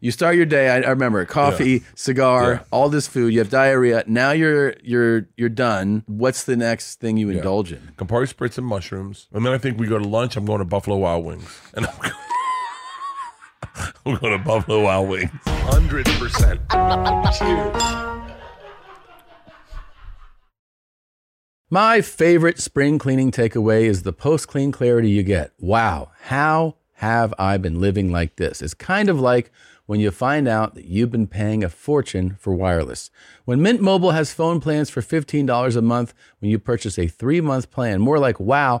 You start your day. I, I remember coffee, cigar, Yeah. all this food. You have diarrhea. Now you're you're you're done. What's the next thing you indulge in? Campari spritz and mushrooms. And then I think we go to lunch. I'm going to Buffalo Wild Wings. And I'm going, I'm going to Buffalo Wild Wings. 100%. My favorite spring cleaning takeaway is the post clean clarity you get. Wow, how have I been living like this? It's kind of like when you find out that you've been paying a fortune for wireless. When Mint Mobile has phone plans for $15 a month when you purchase a three month plan, more like, wow,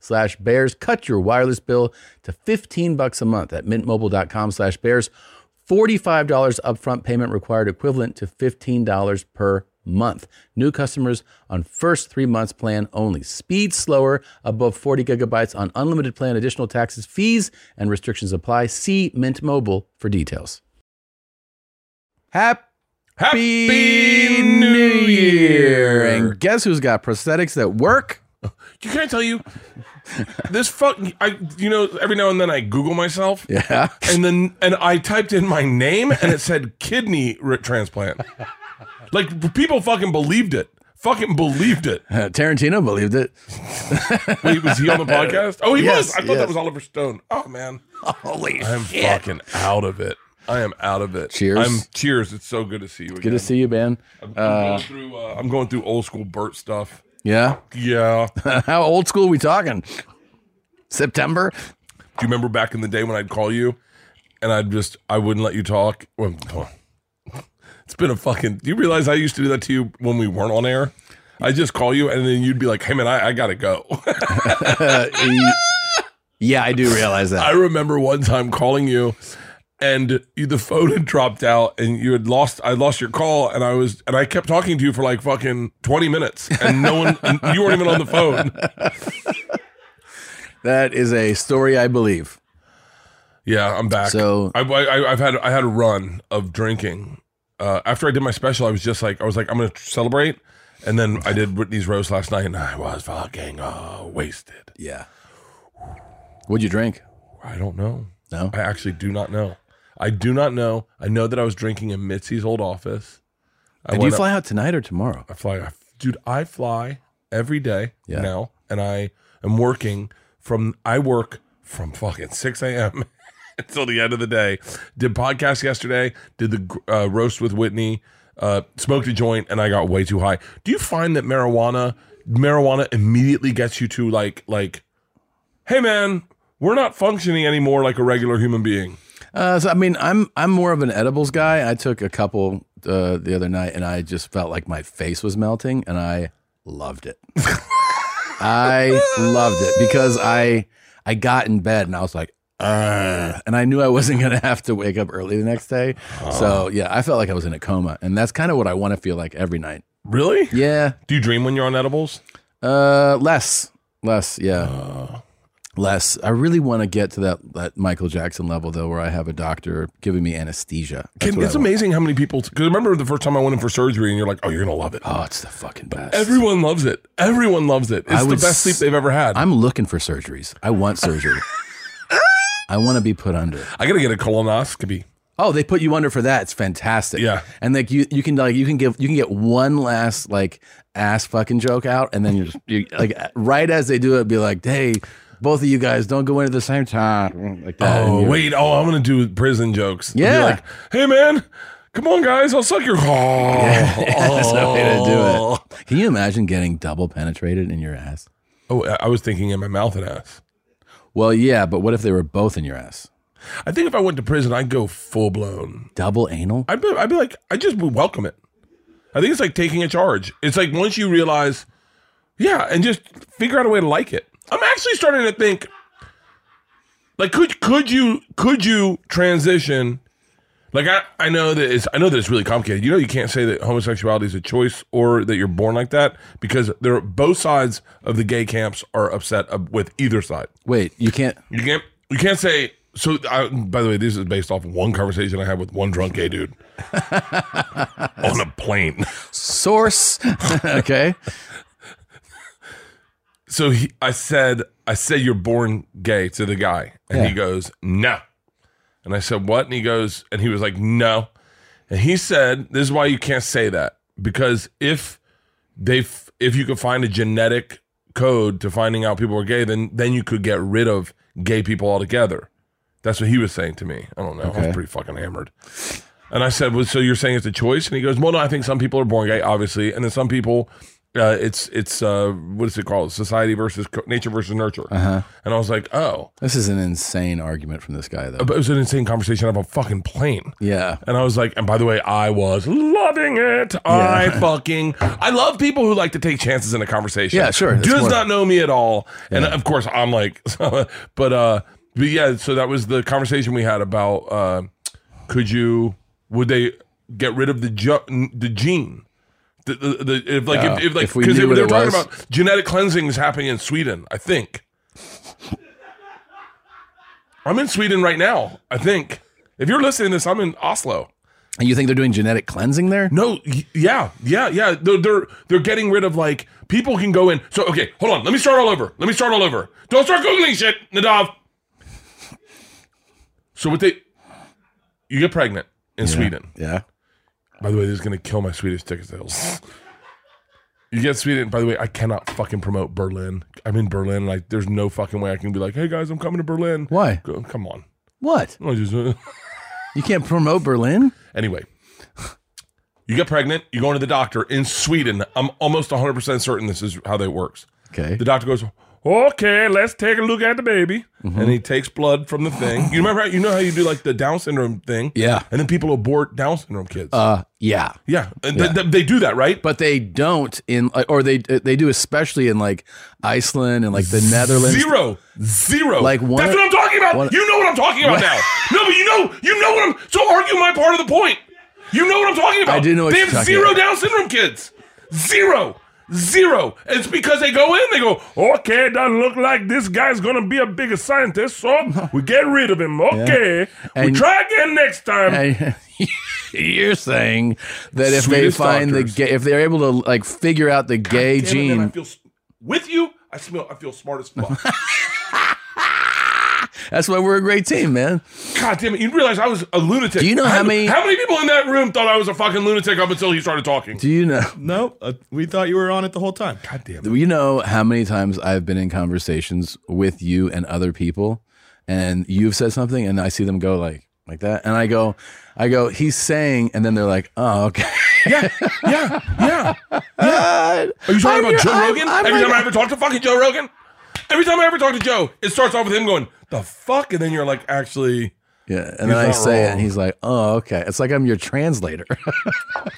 slash bears. Cut your wireless bill to 15 bucks a month at mintmobile.com slash bears. $45 upfront payment required equivalent to $15 per month. New customers on first three months plan only. Speed slower above 40 gigabytes on unlimited plan. Additional taxes, fees, and restrictions apply. See Mint Mobile for details. Happy, Happy New Year! And guess who's got prosthetics that work? You can I tell you, this fucking, I, you know, every now and then I Google myself. Yeah. And then, and I typed in my name and it said kidney re- transplant. Like people fucking believed it. Fucking believed it. Tarantino believed it. Wait, was he on the podcast? Oh, he Yes, was. I thought yes. that was Oliver Stone. Oh man, Holy I'm fucking out of it. I am out of it. Cheers. I'm cheers. It's so good to see you. Good to see you, man. I'm, going through, uh, I'm going through old school Burt stuff. Yeah. Yeah. Do How old school we talking? September? you remember back in the day when I'd call you, and I'd just I wouldn't let you talk. Well, oh. It's been a fucking. Do you realize I used to do that to you when we weren't on air? I just call you, and then you'd be like, "Hey man, I, I gotta go." Yeah, I do realize that. I remember one time calling you and you, the phone had dropped out and you had lost I lost your call and I was and I kept talking to you for like fucking 20 minutes and no one and you weren't even on the phone. That is a story I believe. Yeah, I'm back. So- I, I I've had I had a run of drinking. Uh, after I did my special, I was just like I was like I'm going to celebrate and then I did Whitney's roast last night and I was fucking uh, wasted. Yeah. What'd you drink? I don't know. No? I actually do not know. I do not know. I know that I was drinking in Mitzi's old office. I Did you went up- fly out tonight or tomorrow? I fly, I, dude. I fly every day Yeah. now, and I am working from. I work from fucking six a.m. until the end of the day. Did podcast yesterday. Did the uh, roast with Whitney. Uh, smoked a joint, and I got way too high. Do you find that marijuana marijuana immediately gets you to like like, hey man, we're not functioning anymore like a regular human being. Uh, so I mean, I'm I'm more of an edibles guy. I took a couple uh, the other night, and I just felt like my face was melting, and I loved it. I loved it because I I got in bed and I was like, Ugh, and I knew I wasn't gonna have to wake up early the next day. So yeah, I felt like I was in a coma, and that's kind of what I want to feel like every night. Really? Yeah, Do you dream when you're on edibles? Uh, less, less, yeah, Uh. less. I really want to get to that that Michael Jackson level though, where I have a doctor giving me anesthesia. That's Can, what it's I want. amazing how many people. Because remember the first time I went in for surgery, and you're like, "Oh, you're gonna love it." Oh, it's the fucking best. Everyone loves it. Everyone loves it. I It's the would best sleep s- they've ever had. i I'm looking for surgeries. I want surgery. I want to be put under. gotta get a colonoscopy. Oh, they put you under for that. It's fantastic. Yeah. and like you, you can like you can give you can get one last like ass fucking joke out, and then you're, just, you like right as they do it, be like, hey, both of you guys don't go in at the same time. Like that. and Oh you're- wait, oh I'm gonna do prison jokes. Be Yeah. like, hey man, come on guys, I'll suck your. Oh, That's the way to do it. Oh. Can you imagine getting double penetrated in your ass? Oh, I- I was thinking in my mouth and ass. Well, yeah, but what if they were both in your ass? I think if I went to prison, I'd go full blown. Double anal? I'd be, I'd be like, I just would welcome it. I think it's like taking a charge. It's like once you realize, yeah, and just figure out a way to like it. I'm actually starting to think, like, could could you could you transition Like I, I know that it's I know that it's really complicated. You know you can't say that homosexuality is a choice or that you're born like that because there are both sides of the gay camps are upset ab- with either side. Wait, you can't. You can't you can't say so I, by the way this is based off one conversation I had with one drunk gay dude on a plane. Source. okay. So he, I said I said you're born gay to the guy and he Yeah. goes, "No." And I said, "What?" And he goes and he was like, "No." And he said, "This is why you can't say that because if they f- if you could find a genetic code to finding out people are gay, then then you could get rid of gay people altogether." That's what he was saying to me. I don't know. I was Okay. pretty fucking hammered. And I said, well, "So you're saying it's a choice?" And he goes, "Well, no. I think some people are born gay, obviously, and then some people, uh, it's it's uh, what is it called? Society versus co- nature versus nurture." Uh-huh. And I was like, "Oh, This is an insane argument from this guy, though. but it was an insane conversation on a fucking plane." yeah. And I was like, and by the way, I was loving it. I fucking, I love people who like to take chances in a conversation. Yeah, sure. That's Does more- not know me at all. And of course, I'm like, but, uh, but yeah, so that was the conversation we had about, uh, could you, would they get rid of the, ju- the gene? The, the, the, if like, if, Yeah, if like, if we because they, knew what they were it talking was. about genetic cleansing is happening in Sweden, I think. I'm in Sweden right now, I think. If you're listening to this, I'm in Oslo. And you think they're doing genetic cleansing there? No, y- yeah, yeah, yeah. They're, they're they're getting rid of like people can go in. So okay, hold on. Let me start all over. Let me start all over. Don't start googling shit, Nadav. So what they, you get pregnant in Sweden. Yeah. By the way, this is gonna kill my Swedish ticket sales. You get Sweden. By the way, I cannot fucking promote Berlin. I'm in Berlin. Like, there's no fucking way I can be like, hey guys, I'm coming to Berlin. Why? Go, come on. What? I just. uh, You can't promote Berlin? Anyway, you get pregnant, you go into the doctor in Sweden. I'm almost 100% certain this is how that works. Okay. The doctor goes, "Okay, let's take a look at the baby," Mm-hmm. and he takes blood from the thing. You remember? How, you know how you do like the Down syndrome thing? Yeah. And then people abort Down syndrome kids. Uh, yeah. yeah, And th- th- they do that, right? But they don't in, or they they do especially in like Iceland and like the Netherlands. Zero, zero. Like one That's of- what I'm talking about. one- you know what I'm talking What- about now. No, but you know, you know what I'm. So argue my part of the point. You know what I'm talking about. I do know what they you're have talking zero about. Down syndrome kids. Zero. Zero. It's because they go in. They go. Okay, it doesn't look like this guy's gonna be a bigger scientist, so we get rid of him. Okay, we And- try again next time. I- you're saying that if Swedish they find doctors. the gay, if they're able to like figure out the gay Damn it, man, I gene, feel s- with you. I smell. I feel smart as fuck. that's why we're a great team, man. God damn it! You realize I was a lunatic. Do you know how many- How many people in that room thought I was a fucking lunatic up until he started talking? Do you know? No, uh, we thought you were on it the whole time. God damn Do you know how many times I've been in conversations with you and other people, and you've said something, and I see them go like like that, and I go, I go, he's saying, and then they're like, oh, okay. Yeah, yeah, yeah. Are Are you talking about Joe Rogan? I'm, Every like- time I ever talk to fucking Joe Rogan, every time I ever talk to Joe, it starts off with him going, "The fuck," and then you're like, "Actually." yeah, and then I not say it, wrong. and he's like, oh, okay. It's like I'm your translator.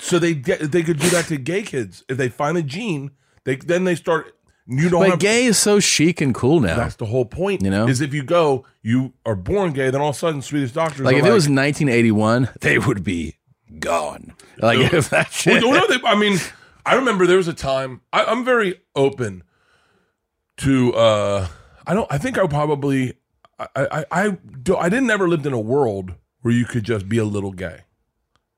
So they get, they could do that to gay kids if they find a gene. They then they start. You don't but have. gay is so chic and cool now. that's the whole point. You know? is if you go, you are born gay. Then all of a sudden, Swedish doctors Like are if it was 1981, they would be gone. Like if that shit. Well, no, they, I mean, I remember there was a time I, I'm very open to. uh I don't. I think I probably. I I I, do, I didn't ever lived in a world where you could just be a little gay,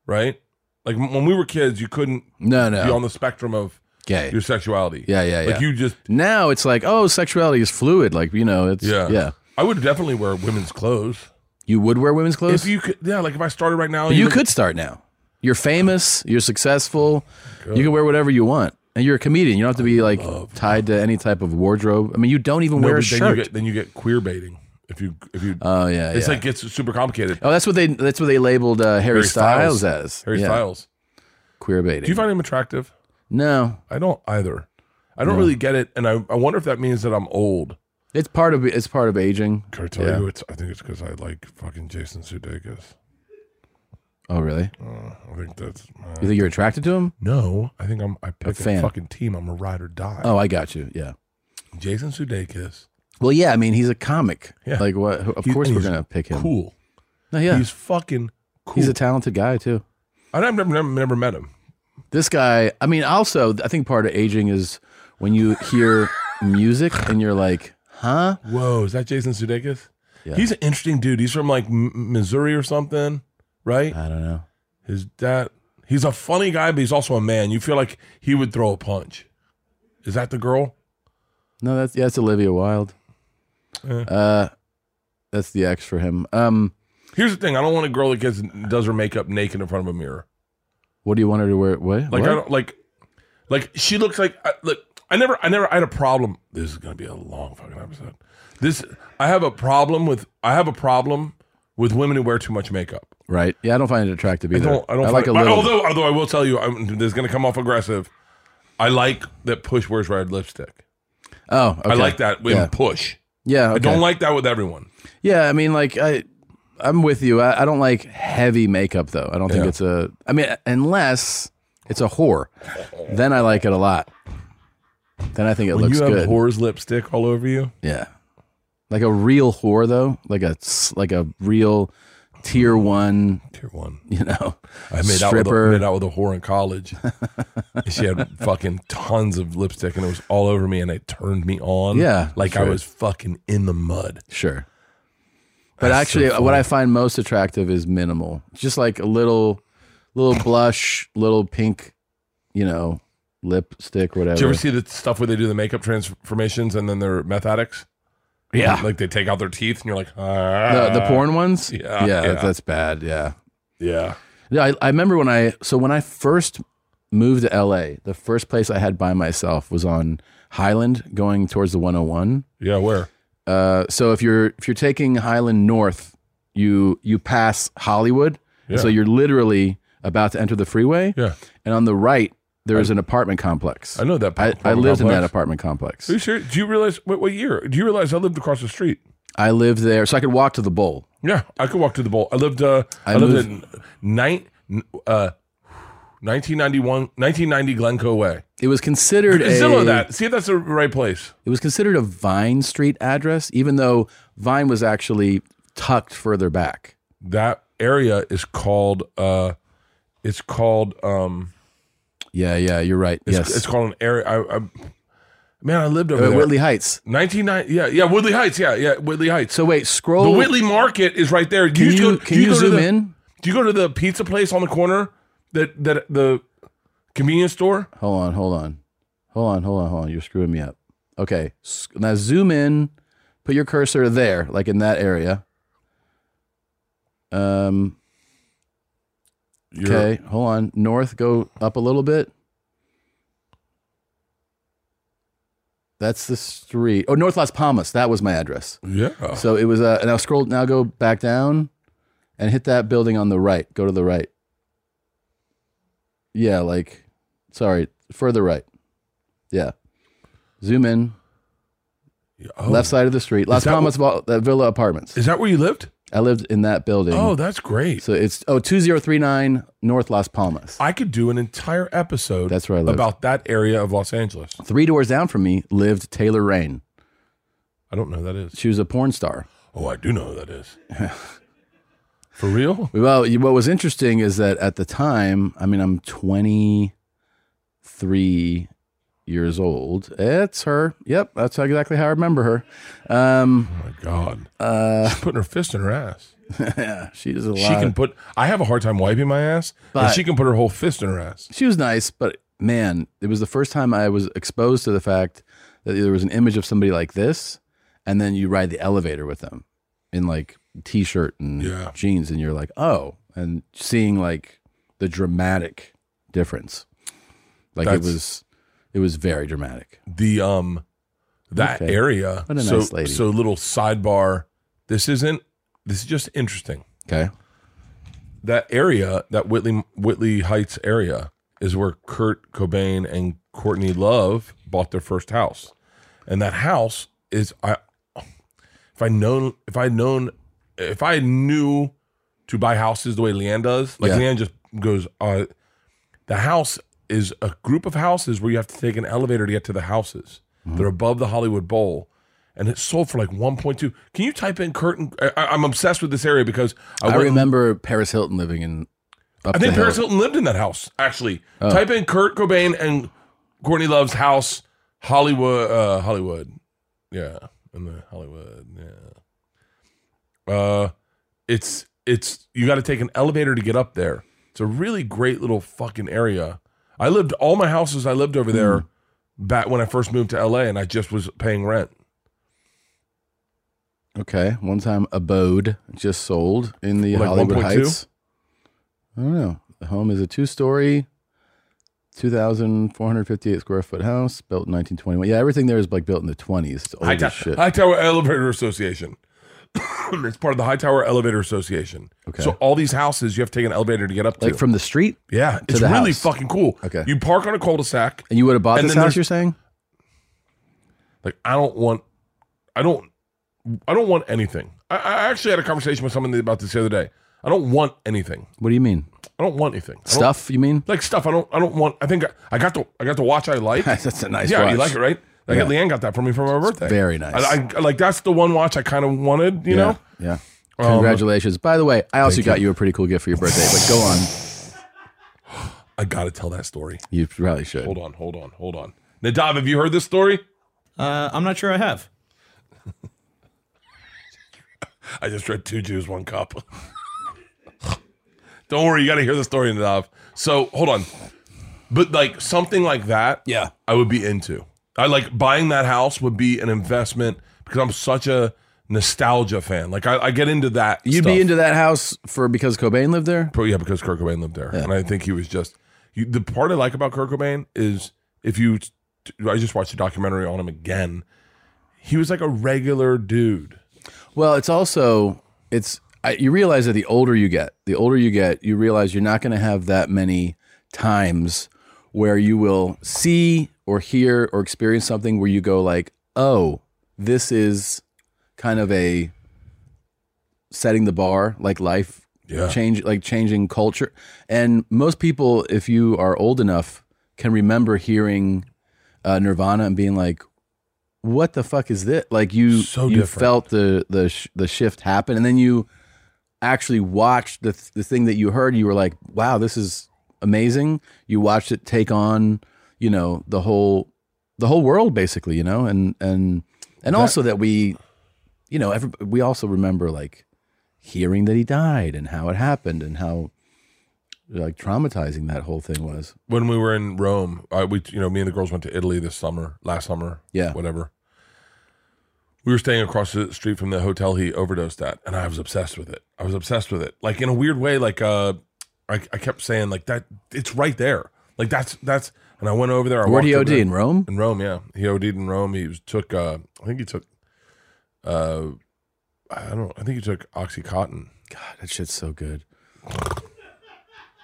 right? Like when we were kids, you couldn't no, be no, on the spectrum of gay. your sexuality. Yeah, yeah, yeah. Like you just. now it's like, oh, sexuality is fluid. Like you know, it's Yeah. yeah. I would definitely wear women's clothes You would wear women's if clothes. You, you could. Yeah, like if I started right now, would- could start now. You're famous. You're successful. You can wear whatever you want, and you're a comedian. You don't have to be like tied to any type of wardrobe. I mean, you don't even No, wear a but then you shirt. get then you get queer baiting if you if you. oh yeah, it's yeah. like gets super complicated. oh, that's what they that's what they labeled uh, Harry, Harry Styles. Styles, as Harry yeah, Styles. queer baiting. Do you find him attractive? no, I don't either. I don't really get it, and I, I wonder if that means that I'm old. it's part of it's part of aging. Can I tell Yeah. you? It's I think it's because I like fucking Jason Sudeikis. Oh really? I think that's You think you're attracted to him? no. I think I'm I pick a, fan. fucking team. I'm a ride or die. Oh, I got you. Yeah. Jason Sudeikis, Well, yeah. I mean, he's a comic. Yeah. Like what? Of He- course, and we're he's gonna pick him. cool. No, yeah. He's fucking He's a talented guy too. And I've never, never, never met him. This guy, I mean, also, I think part of aging is when you hear music and you're like, huh? Whoa, is that Jason Sudeikis? He's an interesting dude. He's from like M- Missouri or something, right? I don't know. His dad. He's a funny guy, but he's also a man. You feel like he would throw a punch. Is that the girl? No, that's yeah, that's Olivia Wilde. Uh, that's the X for him. Um, Here's the thing: I don't want a girl that gets does her makeup naked in front of a mirror. what do you want her to wear? What? Like what? I don't like, like she looks like I, look. I never, I never, I had a problem. This is gonna be a long fucking episode. This, I have a problem with. I have a problem with women who wear too much makeup. right? Yeah, I don't find it attractive I either. don't. I don't. like a find it- little. Although, although I will tell you, I'm, this is going to come off aggressive. I like that Push wears red lipstick. oh, okay. I like that with Yeah. Push. Yeah, I okay. don't like that with everyone. Yeah, I mean, like I, I'm with you. I, I don't like heavy makeup though. I don't think Yeah. it's a. I mean, unless it's a whore, then I like it a lot. Then I think it When looks you have good. whore's lipstick all over you, Yeah, like a real whore though, like a s- like a real tier one. tier one. You know, I made out, with a, stripper. made out with a whore in college. she had fucking tons of lipstick, and it was all over me, and it turned me on. Yeah, like I sure. was fucking in the mud. Sure. But That's so actually, what funny. I find most attractive is minimal. Just like a little, little blush, little pink, you know, lipstick, whatever. Did you ever see the stuff where they do the makeup transformations and then they're meth addicts? yeah. Like they take out their teeth and you're like, The, ah. the porn ones? yeah, Yeah, yeah. That, that's bad. Yeah. Yeah. Yeah. I, I remember when I, so when I first moved to LA, the first place I had by myself was on Highland going towards the 101. Yeah, where? Uh, so if you're if you're taking Highland North, you you pass Hollywood, and so Yeah. you're literally about to enter the freeway. Yeah. And on the right, there is an apartment complex. I know that. I, I lived in that apartment complex. Are you serious? Do you realize what, what year? Do you realize I lived across the street? I lived there, so I could walk to the bowl. Yeah, I could walk to the bowl. I lived. Uh, I, I lived in nine, uh, 1991, 1990 Glencoe Way. It was considered a Zillow that. See if that's the right place. It was considered a Vine Street address, even though Vine was actually tucked further back. That area is called. Uh, it's called. Um, Yeah, yeah, you're right. it's, yes, it's called an area. I, I, man, I lived over Uh, there. Whitley Heights. 1990. Yeah, yeah, Woodley Heights. Yeah, yeah, Woodley Heights. So wait, The scroll. Whitley Market is right there. can used to you, go- can you you, go to zoom the- in? Do you go to the pizza place on the corner that that the convenience store? Hold on, hold on, hold on, hold on, hold on. You're screwing me up. Okay, s- now zoom in. Put your cursor there, like in that area. Um. You're- Okay, hold on. North, go up a little bit. That's the street. Oh, North Las Palmas. That was my address. Yeah. So it was. Uh, now scroll. Now go back down, and hit that building on the right. Go to the right. Yeah, like, sorry, further right. Yeah. Zoom in. Oh. Left side of the street. Las that Palmas Va- that Villa Apartments. Is that where you lived? I lived in that building. Oh, that's great. So it's oh two zero three nine North Las Palmas. I could do an entire episode That's where I lived. about that area of Los Angeles. Three doors down from me lived Taylor Rain. I don't know who that is. She was a porn star. Oh, I do know who that is. For real? Well, you- what was interesting is that at the time, I mean, I'm 23 years old. It's her. Yep, that's exactly how I remember her. Um, Oh my God. uh, She's putting her fist in her ass. she does a lot. She can put I have a hard time wiping my ass, but But- she can put her whole fist in her ass. she was nice, but man, it was the first time I was exposed to the fact that there was an image of somebody like this, and then you ride the elevator with them in like t-shirt and Yeah. jeans, and you're like, oh, and seeing like the dramatic difference, like That's- it was, it was very dramatic. the um that Okay. area. What a so, nice lady. So little sidebar. This isn't. This is just interesting. Okay, That area, that Whitley Whitley Heights area, is where Kurt Cobain and Courtney Love bought their first house, and that house is I. If I known, if I known, if I knew to buy houses the way Leanne does, like Yeah. Leanne just goes, uh, the house is Mm-hmm. a group of houses where you have to take an elevator to get to the houses. They're above the Hollywood Bowl. and it sold for like 1.2. Can you type in curtain? I, I- I'm obsessed with this area because I, I went- remember Paris Hilton living in. Up I think the hill. Paris Hilton lived in that house. Actually, type in Kurt Cobain and Courtney Love's house, Hollywood, uh, Hollywood, yeah, in the Hollywood, yeah. Uh, it's it's you got to take an elevator to get up there. It's a really great little fucking area. I lived all my houses. I lived over there Hmm. back when I first moved to LA, and I just was paying rent. Okay, one time abode just sold in the Like Hollywood 1.2? Heights. I don't know. The home is a two-story, two thousand four hundred fifty-eight square foot house built in nineteen twenty-one. Yeah, everything there is like built in the twenties. It's old High as shit. Hightower Elevator Association. it's part of the Hightower Elevator Association. Okay. So all these houses, you have to take an elevator to get up to. like from the street, Yeah, it's the really house. fucking cool. Okay. You park on a cul-de-sac. and you would have bought And this then house. there's- You're saying? Like I don't want I don't I don't want anything. I, I actually had a conversation with someone about this the other day. I don't want anything. What do you mean? I don't want anything. I don't- Stuff? You mean? like stuff. I don't I don't want I think I, I got the I got the watch I like. That's a nice. yeah, watch. you like it, right? Like Yeah. Leanne got that for me for my birthday. very nice. I, I like that's the one watch I kind of wanted, you yeah, know? Yeah. Um, Congratulations. By the way, I also got you a pretty cool gift for your birthday. But go on. I gotta tell that story. You probably should. Hold on, hold on, hold on. Nadav, have you heard this story? Uh, I'm not sure I have. I just read two Jews, one cup. Don't worry, you got to hear the story in Nadav. So hold on, but like something like that, Yeah. I would be into. I like buying that house would be an investment because I'm such a nostalgia fan. Like I, I get into that. You'd stuff. be into that house for because Cobain lived there. But yeah, because Kurt Cobain lived there, and I think he was just you, the part I like about Kurt Cobain is if you, I just watched a documentary on him again. He was like a regular dude. Well, it's also it's I, you realize that the older you get, the older you get, you realize you're not going to have that many times where you will see or hear or experience something where you go like, "Oh, this is kind of a setting the bar, like life Yeah. change, like changing culture." And most people, if you are old enough, can remember hearing uh, Nirvana and being like, "What the fuck is this?" Like you, So you different. felt the the sh- the shift happen, and then you actually watched the th- the thing that you heard. You were like, "Wow, this is amazing!" You watched it take on, you know, the whole the whole world basically, you know, and and and also that we, you know, every, we also remember like hearing that he died and how it happened and how like traumatizing that whole thing was. when we were in Rome, I, we you know me and the girls went to Italy this summer, last summer, Yeah. whatever. We were staying across the street from the hotel he overdosed at, and I was obsessed with it. I was obsessed with it, like in a weird way. Like uh, I, I kept saying like that, it's right there. Like that's that's, and I went over there. I Where do you walked OD over there- in Rome? in Rome, yeah. He OD'd in Rome. He was, took, uh, I think he took, uh, I don't, I think he took OxyContin. God, that shit's so good.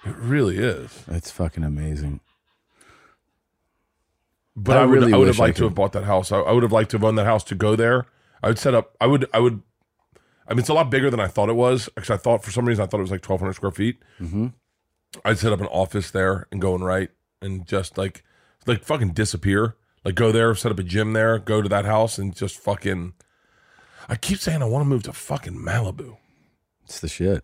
It really is. It's fucking amazing. But I I, would, really I would wish have I liked to could- have bought that house. I, I would have liked to have owned that house to go there. I would set up. I would. I would. I mean, it's a lot bigger than I thought it was. Because I thought for some reason I thought it was like twelve hundred square feet. Mhm. I'd set up an office there and go and write and just like, like fucking disappear. Like go there, set up a gym there, go to that house and just fucking. I keep saying I want to move to fucking Malibu. It's the shit.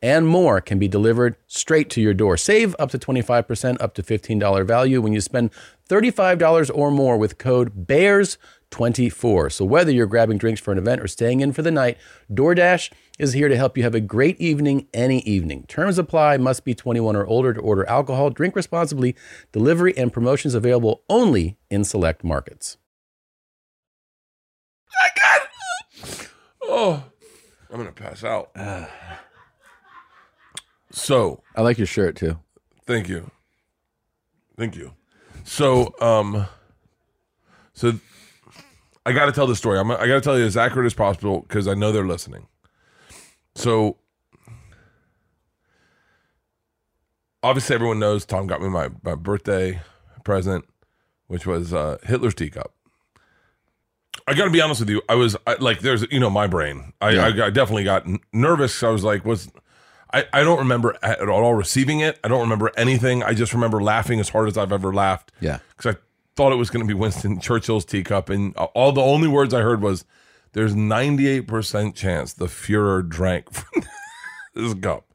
and more can be delivered straight to your door. Save up to 25%, up to $15 value when you spend $35 or more with code BEARS24. So whether you're grabbing drinks for an event or staying in for the night, DoorDash is here to help you have a great evening any evening. Terms apply, must be 21 or older to order alcohol, drink responsibly, delivery and promotions available only in select markets. Oh, I'm gonna pass out. so I like your shirt too. thank you, thank you. So um, so I got to tell this story. I'm I got to tell you as accurate as possible because I know they're listening. So obviously everyone knows Tom got me my my birthday present, which was uh, Hitler's teacup. I got to be honest with you. I was I, like, there's, you know, my brain. I, I, I definitely got n- nervous. I was like, was I, I don't remember at all receiving it. I don't remember anything. I just remember laughing as hard as I've ever laughed. Yeah. Because I thought it was going to be Winston Churchill's teacup. And all the only words I heard was, there's 98% chance the Fuhrer drank from this cup.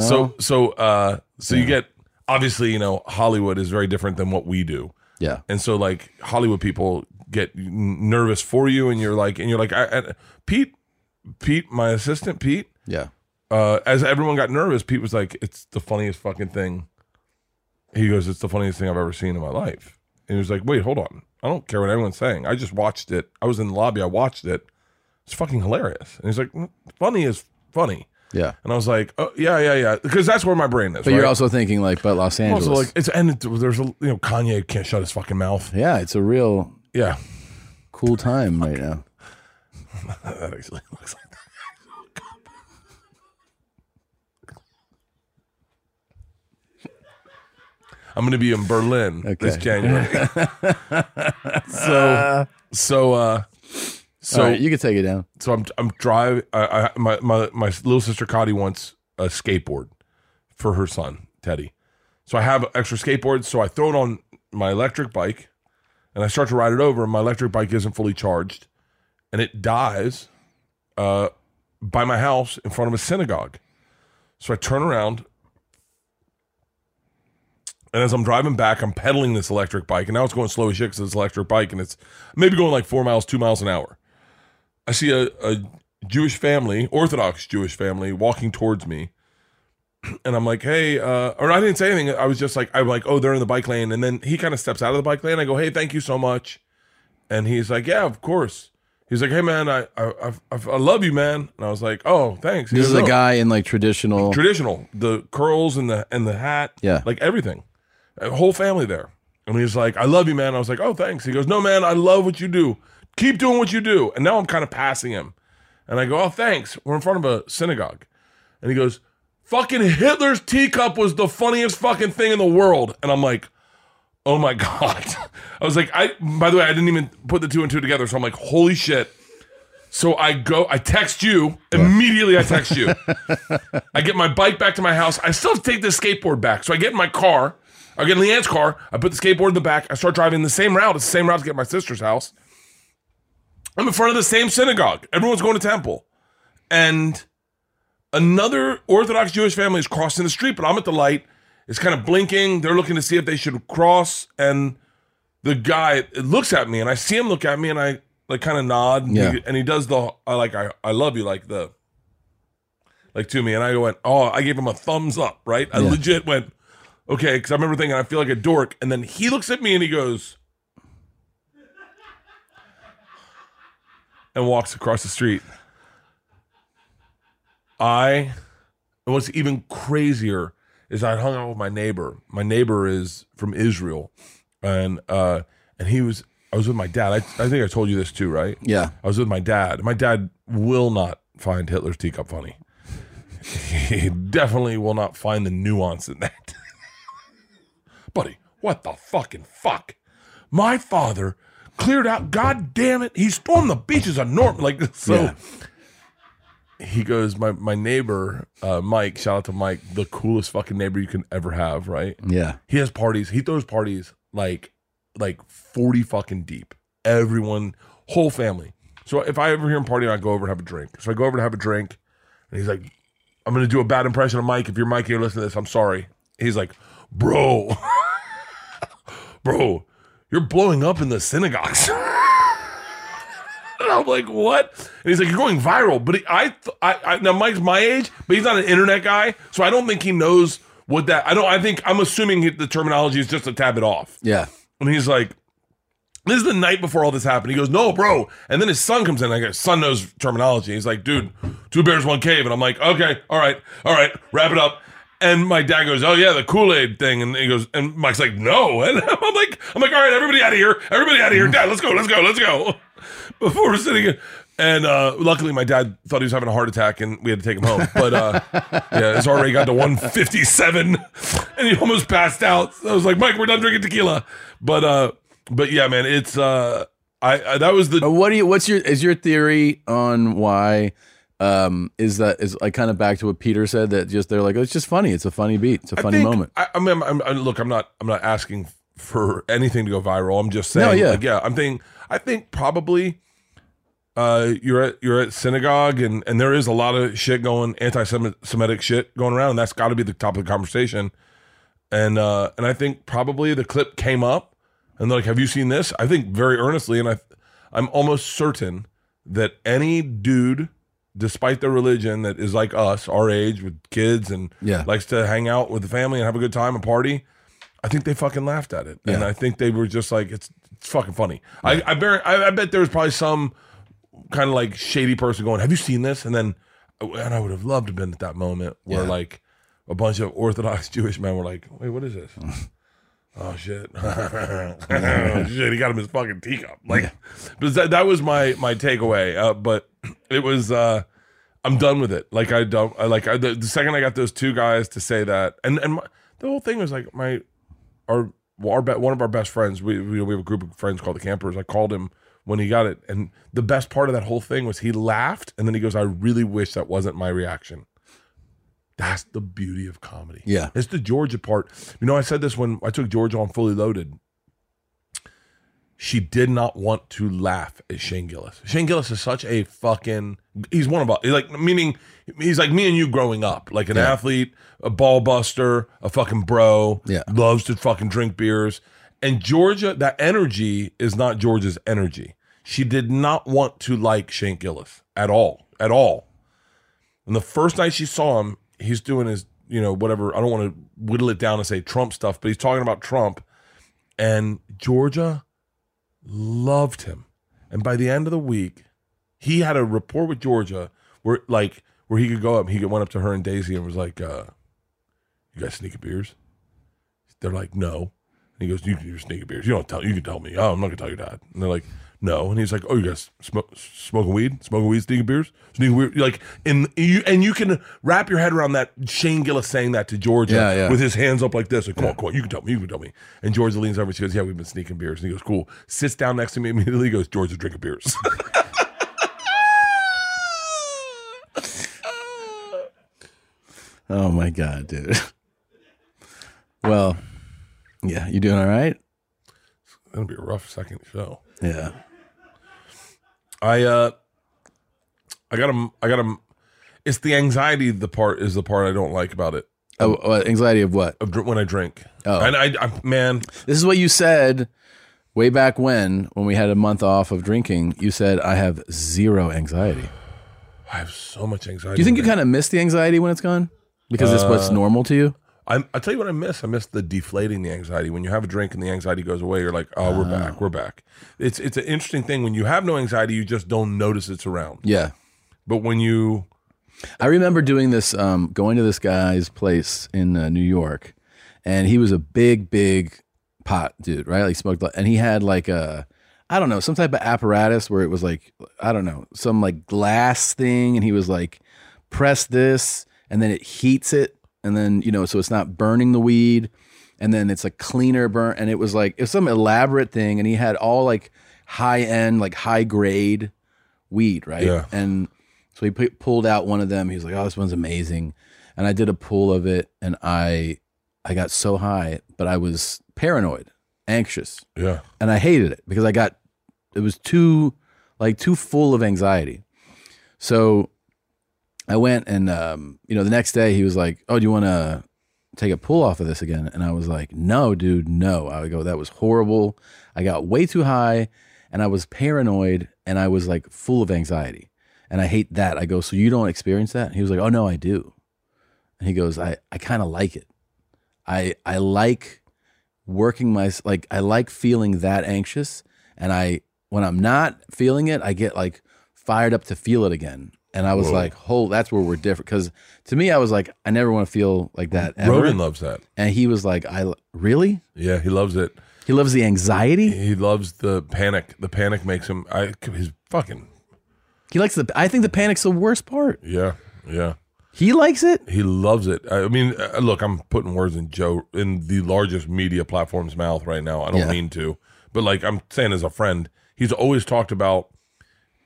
so, so, uh, so you get, obviously, you know, Hollywood is very different than what we do Yeah. and so like Hollywood people get n- nervous for you, and you're like, and you're like, I, I, Pete, Pete, my assistant, Pete. Yeah. Uh, as everyone got nervous, Pete was like, "It's the funniest fucking thing." He goes, "It's the funniest thing I've ever seen in my life." And he was like, "Wait, hold on. I don't care what anyone's saying. I just watched it. I was in the lobby. I watched it. It's fucking hilarious." And he's like, "Mm, "Funny is funny." Yeah. And I was like, "Oh yeah, yeah, yeah," because that's where my brain is. But right? you're also thinking like, but Los I'm Angeles. also like, it's and it, there's a you know Kanye can't shut his fucking mouth. yeah, it's a real Yeah. cool time right now. That actually looks like that. I'm going to be in Berlin this Okay. January. so, so, uh, so, All right, you can take it down. so I'm, I'm driving. I, I, my, my, my little sister Cotty wants a skateboard for her son Teddy. So I have extra skateboards. So I throw it on my electric bike, and I start to ride it over. And my electric bike isn't fully charged, and it dies uh, by my house in front of a synagogue. So I turn around, and as I'm driving back, I'm pedaling this electric bike, and now it's going slow as shit because it's electric bike, and it's maybe going like four miles, two miles an hour. I see a, a Jewish family, Orthodox Jewish family, walking towards me. And I'm like, hey, uh, or I didn't say anything. I was just like, I'm like, oh, they're in the bike lane. And then he kind of steps out of the bike lane. I go, hey, thank you so much. And he's like, yeah, of course. He's like, hey, man, I I, I, I love you, man. And I was like, oh, thanks. He This goes, is a "No." guy in like traditional. traditional the curls and the and the hat Yeah. like everything a whole family there. And he's like, I love you, man. I was like, oh, thanks. He goes, no, man, I love what you do. Keep doing what you do. And now I'm kind of passing him. And I go, oh, thanks. We're in front of a synagogue. And he goes, fucking Hitler's teacup was the funniest fucking thing in the world. And I'm like, oh my God. I was like, I, by the way, I didn't even put the two and two together. So I'm like, holy shit. So I go, I text you. Immediately, I text you. I get my bike back to my house. I still have to take this skateboard back. So I get in my car. I get in Leanne's car. I put the skateboard in the back. I start driving the same route. It's the same route to get my sister's house. I'm in front of the same synagogue. Everyone's going to temple. And another Orthodox Jewish family is crossing the street, but I'm at the light. It's kind of blinking. They're looking to see if they should cross. And the guy it looks at me and I see him look at me and I like kind of nod. And, Yeah. he, and he does the, I like, I, I love you, like the, like to me. And I went, oh, I gave him a thumbs up, right? I Yeah. legit went, okay, because I remember thinking I feel like a dork. And then he looks at me and he goes, and walks across the street. I, and what's even crazier is I hung out with my neighbor. My neighbor is from Israel, and uh, and he was. I was with my dad. I, I think I told you this too, right? Yeah. I was with my dad. My dad will not find Hitler's teacup funny. He definitely will not find the nuance in that. Buddy, what the fucking fuck? My father cleared out, god damn it, he stormed the beaches of North. Like, so he goes, my, my neighbor, uh, Mike, shout out to Mike, the coolest fucking neighbor you can ever have, right? Yeah. He has parties. He throws parties like like forty fucking deep. Everyone, whole family. So if I ever hear him partying, I go over and have a drink. So I go over to have a drink, and he's like, "I'm gonna do a bad impression of Mike. If you're Mike, you're listening to this. I'm sorry." He's like, "Bro, bro, you're blowing up in the synagogues." And I'm like, what? And he's like, you're going viral. But he, I, th- I, I, now Mike's my age, but he's not an internet guy, so I don't think he knows what that. I don't. I think I'm assuming he- the terminology is just to tab it off. Yeah. And he's like, this is the night before all this happened. He goes, no, bro. And then his son comes in. I go, son knows terminology. He's like, dude, two bears, one cave. And I'm like, okay, all right, all right, wrap it up. And my dad goes, oh yeah, the Kool Aid thing. And he goes, and Mike's like, no. And I'm like, I'm like, all right, everybody out of here, everybody out of here, dad, let's go, let's go, let's go. Before we're sitting in. And uh, luckily, my dad thought he was having a heart attack, and we had to take him home. But uh, yeah, his heart rate got to 157, and he almost passed out. So I was like, "Mike, we're done drinking tequila." But uh, but yeah, man, it's uh, I, I that was the But Uh, what do you? What's your? Is your theory on why? Um, is that is like kind of back to what Peter said that just they're like "Oh, it's just funny. It's a funny beat. It's a funny think- moment. I, I mean, I'm, I'm, I- look, I'm not, I'm not asking for anything to go viral. I'm just saying, yeah. like, yeah, I'm thinking, I think probably, uh, you're at, you're at synagogue and, and there is a lot of shit going, anti-Semitic shit going around. And that's gotta be the top of the conversation. And, uh, and I think probably the clip came up and they're like, have you seen this? I think very earnestly. And I, I'm almost certain that any dude, despite their religion, that is like us, our age with kids and Yeah. likes to hang out with the family and have a good time and party, I think they fucking laughed at it. And Yeah. I think they were just like, it's, it's fucking funny. I, I, bet, I, I bet there was probably some kind of like shady person going, Have you seen this? And then, uh, and I would have loved to have been at that moment where Yeah. like a bunch of Orthodox Jewish men were like, Wait, what is this? oh shit! oh, shit! He got him his fucking teacup. Like, but that, that was my my takeaway. Uh, but it was uh, I'm done with it. Like I don't. I like I, the, the second I got those two guys to say that, and and my, the whole thing was like my our well, our be, one of our best friends. We we we have a group of friends called the Campers. I called him when he got it, and the best part of that whole thing was he laughed, and then he goes, "I really wish that wasn't my reaction." That's the beauty of comedy. Yeah. It's the Georgia part. You know, I said this when I took Georgia on Fully Loaded. She did not want to laugh at Shane Gillis. Shane Gillis is such a fucking. He's one of us. Like meaning, he's like me and you growing up, like an athlete, a ball buster, a fucking bro. Yeah. loves to fucking drink beers. And Georgia, that energy is not Georgia's energy. She did not want to like Shane Gillis at all, at all. And the first night she saw him, he's doing his, you know, whatever. I don't want to whittle it down and say Trump stuff, but he's talking about Trump. And Georgia loved him. And by the end of the week, he had a rapport with Georgia where, like, where he could go up. He could- went up to her and Daisy and was like, uh, "You guys sneaking beers? They're like, no. And he goes, you can your sneaker beers. You don't tell. You can tell me. Oh, I'm not gonna tell your dad. And they're like, no. And he's like, oh, you guys smoke, smoking weed, smoking weed, sneaking beers, sneaking weed. Like, and you and you can wrap your head around that Shane Gillis saying that to Georgia Yeah, yeah. with his hands up like this. Like, come on, come on, you can tell me, you can tell me. And Georgia leans over. She goes, yeah, we've been sneaking beers. And he goes, cool. Sits down next to me immediately. He goes, Georgia drinking beers. Oh my god, dude. Well, yeah, you doing all right? That'll be a rough second show. Yeah. I uh I got him I got him it's the anxiety the part is the part I don't like about it Oh, oh, anxiety of what? of dr- when I drink. Oh. And I, I man, This is what you said way back when when we had a month off of drinking. You said I have zero anxiety. Do I have so much anxiety. you think you kind of miss the anxiety when it's gone because it's Uh, what's normal to you? I I tell you what I miss. I miss the deflating the anxiety. When you have a drink and the anxiety goes away, you're like, "Oh, we're back. We're back." It's it's an interesting thing when you have no anxiety, you just don't notice it's around. Yeah. But when you I remember doing this, um, going to this guy's place in uh, New York, and he was a big, big pot dude, right? Like smoked, a lot- and he had like a, I don't know, some type of apparatus where it was like, I don't know, some like glass thing, and he was like, press this, and then it heats it, and then you know, so it's not burning the weed, and then it's a cleaner burn, and it was like it was some elaborate thing, and he had all like high end, like high grade weed, right? Yeah. And so he pu- pulled out one of them. He was like, "Oh, this one's amazing," and I did a pull of it, and I I got so high, but I was paranoid, anxious, yeah, and I hated it because I got it was too like too full of anxiety. So I went and um, you know the next day he was like, "Oh, do you want to take a pull off of this again?" And I was like, "No, dude, no." I would go, "That was horrible. I got way too high, and I was paranoid, and I was like full of anxiety, and I hate that." I go, "So you don't experience that?" And he was like, "Oh no, I do." And he goes, "I I kind of like it. I I like." working my like I like feeling that anxious and I when I'm not feeling it I get like fired up to feel it again and I was Whoa. like oh that's where we're different cuz to me I was like I never want to feel like that ever Ronan loves that. and he was like I really Yeah, he loves it. he loves the anxiety He loves the panic. The panic makes him I he's fucking he likes the I think the panic's the worst part yeah, yeah. he likes it He loves it. I mean, uh, look, I'm putting words in Joe in the largest media platform's mouth right now. I don't Yeah. mean to, but like I'm saying as a friend, he's always talked about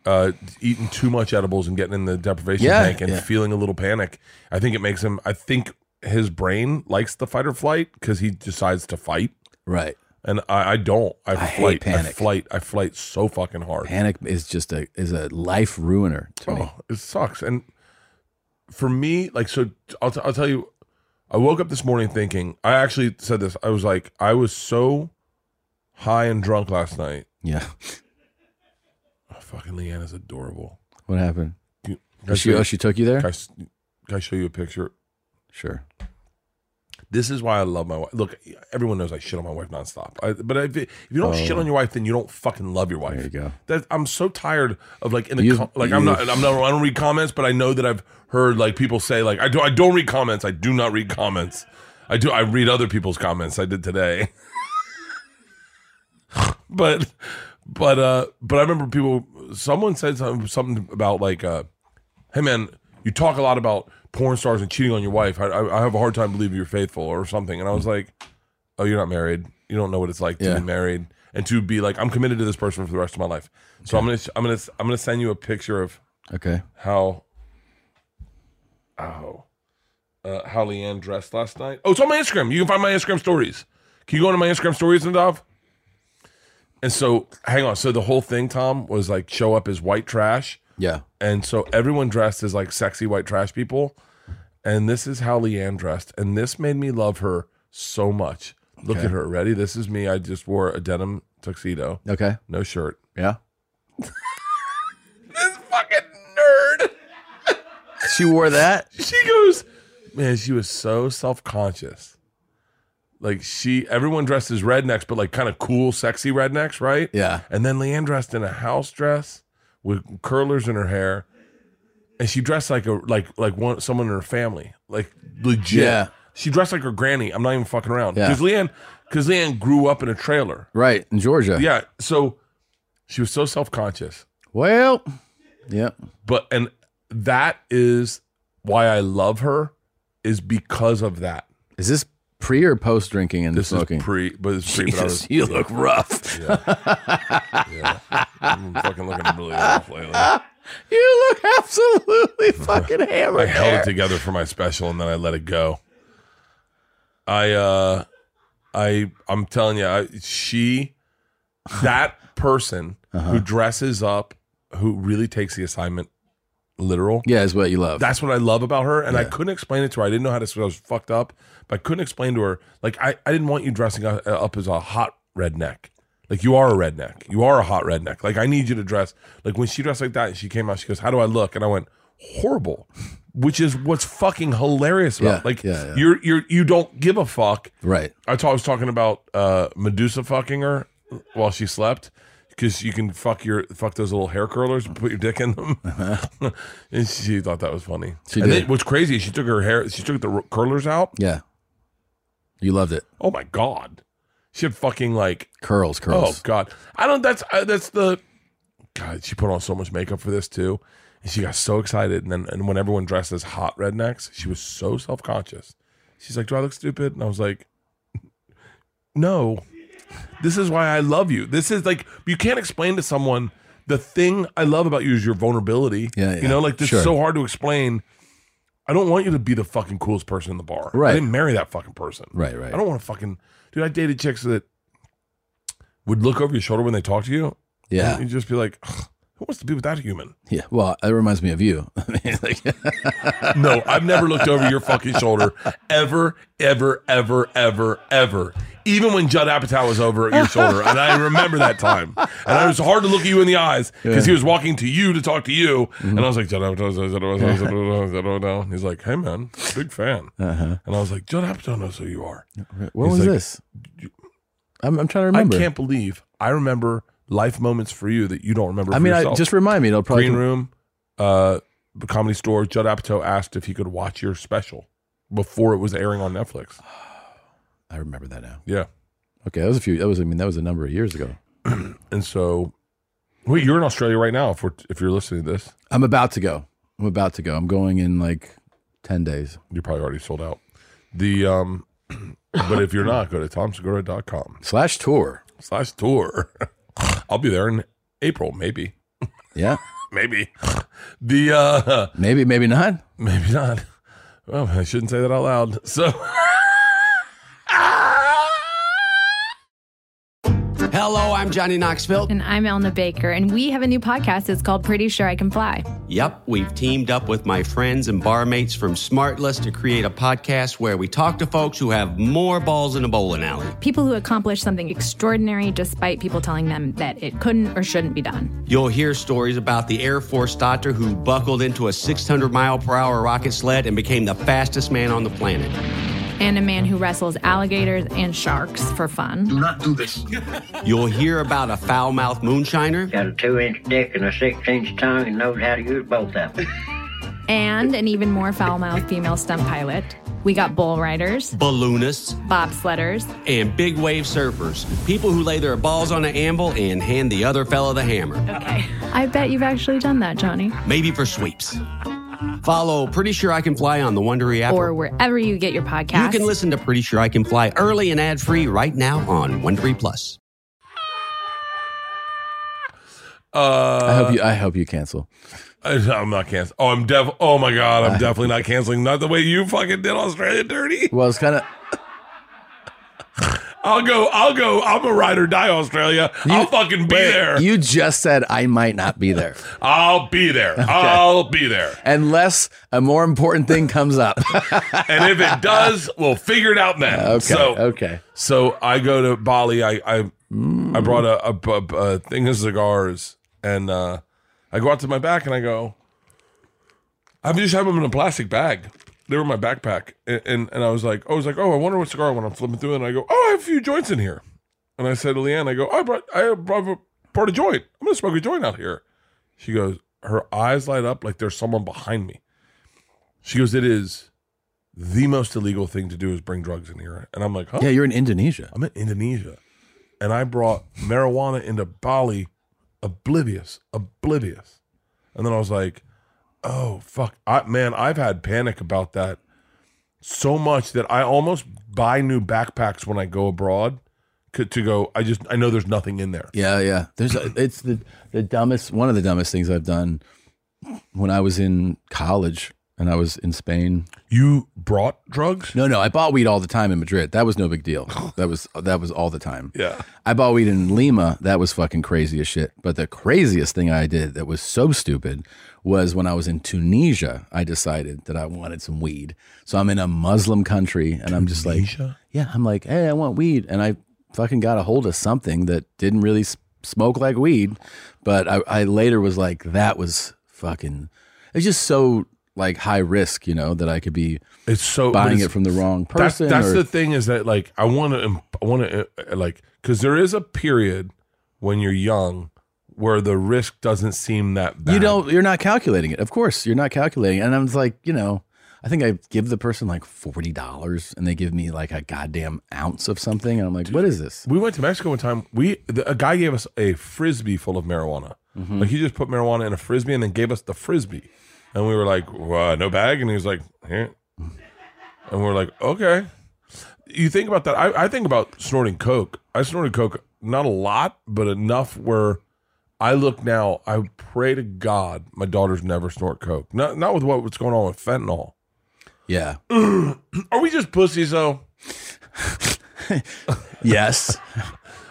uh, eating too much edibles and getting in the deprivation Yeah, tank and yeah. feeling a little panic. I think it makes him. I think his brain likes the fight or flight because he decides to fight, right and I, I don't. I, hate flight. I panic. flight. I flight so fucking hard. panic is just a is a life ruiner to me Oh, it sucks. And for me, like, so I'll, t- I'll tell you, I woke up this morning thinking, I actually said this. I was like, I was so high and drunk last night. yeah Oh, fucking Leanna's adorable. what happened Can, can I, she, show oh you, she took you there can I s- can I show you a picture? sure This is why I love my wife. Look, everyone knows I shit on my wife nonstop. I, but if, if you don't Oh. shit on your wife, then you don't fucking love your wife. there you go That I'm so tired of like in the You- com- like I'm you- not I'm not I don't read comments, but I know that I've heard like people say like I do I don't read comments. I do not read comments. I do I read other people's comments. I did today. but but uh but I remember people someone said something, something about like uh hey man, you talk a lot about porn stars and cheating on your wife. I, I, I have a hard time believing you're faithful or something. And I was like, oh, you're not married. You don't know what it's like to Yeah. be married and to be like, I'm committed to this person for the rest of my life. So I'm gonna I'm gonna I'm gonna send you a picture of okay how oh uh, how Leanne dressed last night. Oh, it's on my Instagram. You can find my Instagram stories. Can you go into my Instagram stories, Nadav? And so, hang on. So the whole thing, Tom, was like show up as white trash. yeah And so everyone dressed as like sexy white trash people. And this is how Leanne dressed. And this made me love her so much. Look Okay. at her. Ready? This is me. I just wore a denim tuxedo, okay no shirt. yeah This fucking nerd. she wore that She goes, man, she was so self conscious. Like she, everyone dressed as rednecks, but like kind of cool, sexy rednecks, right? yeah And then Leanne dressed in a house dress with curlers in her hair, and she dressed like a like like one someone in her family, like legit. Yeah. She dressed like her granny. I'm not even fucking around. Yeah. Because Leanne, because Leanne grew up in a trailer. Right. In Georgia. Yeah. So she was so self conscious. Well, yeah. But and that is why I love her is because of that. Is this pre or post drinking and This smoking? is pre, but it's pre. But I was, you look rough. I'm fucking looking really off lately. You look absolutely fucking hammered. I held there. it together for my special and then I let it go. I uh I I'm telling you, I, she that person who dresses up, who really takes the assignment literal. Yeah, is what you love. That's what I love about her. And I couldn't explain it to her. I didn't know how to I was fucked up, but I couldn't explain to her like I, I didn't want you dressing up, uh, up as a hot redneck. Like you are a redneck. You are a hot redneck. Like I need you to dress like when she dressed like that, she came out, she goes, How do I look? And I went, Horrible. Which is what's fucking hilarious about. Yeah, like yeah, yeah. you're you're you don't give a fuck. right. I, ta- I was talking about uh, Medusa fucking her while she slept because you can fuck your fuck those little hair curlers and put your dick in them, and she thought that was funny. Uh-huh. She and did. Then, what's crazy? is She took her hair. She took the r- curlers out. Yeah. You loved it. Oh my god! She had fucking like Curls, oh curls. god. I don't. That's uh, that's the god. She put on so much makeup for this too, and she got so excited. And then and when everyone dressed as hot rednecks, she was so self conscious. She's like, "Do I look stupid?" And I was like, "No." This is why I love you. This is like you can't explain to someone the thing I love about you is your vulnerability. Yeah, yeah. You know, like this Sure. is so hard to explain. I don't want you to be the fucking coolest person in the bar. Right. I didn't marry that fucking person. Right, right. I don't want to fucking dude. I dated chicks that would look over your shoulder when they talk to you. yeah. and just be like, "Ugh, "Who wants to be with that human?" Yeah. Well, it reminds me of you. I mean, like, No, I've never looked over your fucking shoulder ever, ever, ever, ever, ever. Even when Judd Apatow was over at your shoulder, and I remember that time, and it was hard to look you in the eyes because he was walking to you to talk to you, and I was like, Judd Apatow, Judd Apatow, Judd Apatow, Judd Apatow." And he's like, "Hey man, big fan," and I was like, "Judd Apatow knows who you are." when was Uh-huh. like, this? I'm, I'm trying to remember. I can't believe I remember life moments for you that you don't remember. I for mean, I, yourself. just remind me. It'll probably green room, uh, the comedy store. Judd Apatow asked if he could watch your special before it was airing on Netflix. I remember that now. Yeah, Okay, that was a few. That was. I mean, that was a number of years ago. and so wait, you're in Australia right now. If we're if you're listening to this, I'm about to go. I'm about to go. I'm going in like ten days. you're probably already sold out. The um, but if you're not, go to tomsegura.com Slash tour. slash tour. I'll be there in April, maybe, Yeah. maybe. The uh, Maybe. Maybe not. Maybe not. Well, I shouldn't say that out loud. So. Hello, I'm Johnny Knoxville. And I'm Elna Baker, and we have a new podcast. It's called Pretty Sure I Can Fly. Yep, we've teamed up with my friends and barmates from Smartless to create a podcast where we talk to folks who have more balls in a bowling alley. People who accomplish something extraordinary despite people telling them that it couldn't or shouldn't be done. You'll hear stories about the Air Force doctor who buckled into a 600 mile per hour rocket sled and became the fastest man on the planet. And a man who wrestles alligators and sharks for fun. not do this. You'll hear about a foul mouthed moonshiner Got a two inch dick and a six inch tongue and knows how to use both of them. And an even more foul mouthed female stunt pilot. We got bull riders, balloonists, bobsledders, and big wave surfers. People who lay their balls on an anvil and hand the other fella the hammer. I bet you've actually done that, Johnny. Maybe for sweeps. Follow Pretty Sure I Can Fly on the Wondery app. Or wherever you get your podcast. You can listen to Pretty Sure I Can Fly early and ad free right now on Wondery Plus. Uh, I hope you. I hope you cancel. I, am not canceling. Oh, I'm def. Oh my god, I'm definitely not canceling. Not the way you fucking did Australia dirty. Well, it's kind of. I'll go. I'll go. I'm a ride or die Australia. I'll fucking be there. You just said I might not be there I'll be there. I'll be there. unless a more important thing comes up. And if it does, we'll figure it out then. okay. So okay. So I go to Bali. I I, I brought a, a, a, a thing of cigars, and uh, I go out to my back and I go. I just have them in a plastic bag. They were in my backpack, and, and and I was like, I was like, oh, I wonder what cigar I want. I'm flipping through, it, and I go, oh, I have a few joints in here. And I said to Leanne, I go, I brought I brought a, brought a joint. I'm gonna smoke a joint out here. She goes, her eyes light up like there's someone behind me. She goes, it is the most illegal thing to do is bring drugs in here. And I'm like, huh? Yeah, you're in Indonesia. I'm in Indonesia. And I brought marijuana into Bali, oblivious, oblivious. And then I was like, oh, fuck. I, man, I've had panic about that so much that I almost buy new backpacks when I go abroad to, to go. I just, I know there's nothing in there. Yeah, yeah. There's a, it's the the dumbest one of the dumbest things I've done when I was in college and I was in Spain. You brought drugs? No, no, I bought weed all the time in Madrid. That was no big deal. That was that was all the time. Yeah. I bought weed in Lima. That was fucking crazy as shit. But the craziest thing I did that was so stupid was when I was in Tunisia, I decided that I wanted some weed. So I'm in a Muslim country and I'm just like, yeah, I'm like, hey, I want weed. And I fucking got a hold of something that didn't really s- smoke like weed. But I, I later was like, that was fucking, it's just so like high risk, you know, that I could be It's so but buying it's- it from the wrong That's, person. that's or- the thing is that like I want to I want to uh, like because there is a period when you're young where the risk doesn't seem that bad. you don't you're not calculating it of course you're not calculating it. and i'm just like you know i think i give the person like $40 and they give me like a goddamn ounce of something and i'm like what is this We went to Mexico one time. We the, a guy gave us a frisbee full of marijuana. Mm-hmm. Like he just put marijuana in a frisbee and then gave us the frisbee, and we were like, "Wha- "No bag," and he was like, "Here," and we are like, "Okay." You think about that. I, I think about snorting coke. I snorted coke not a lot, but enough where I look now. I pray to God my daughters never snort coke. Not not with what, what's going on with fentanyl. yeah Are we just pussies though? yes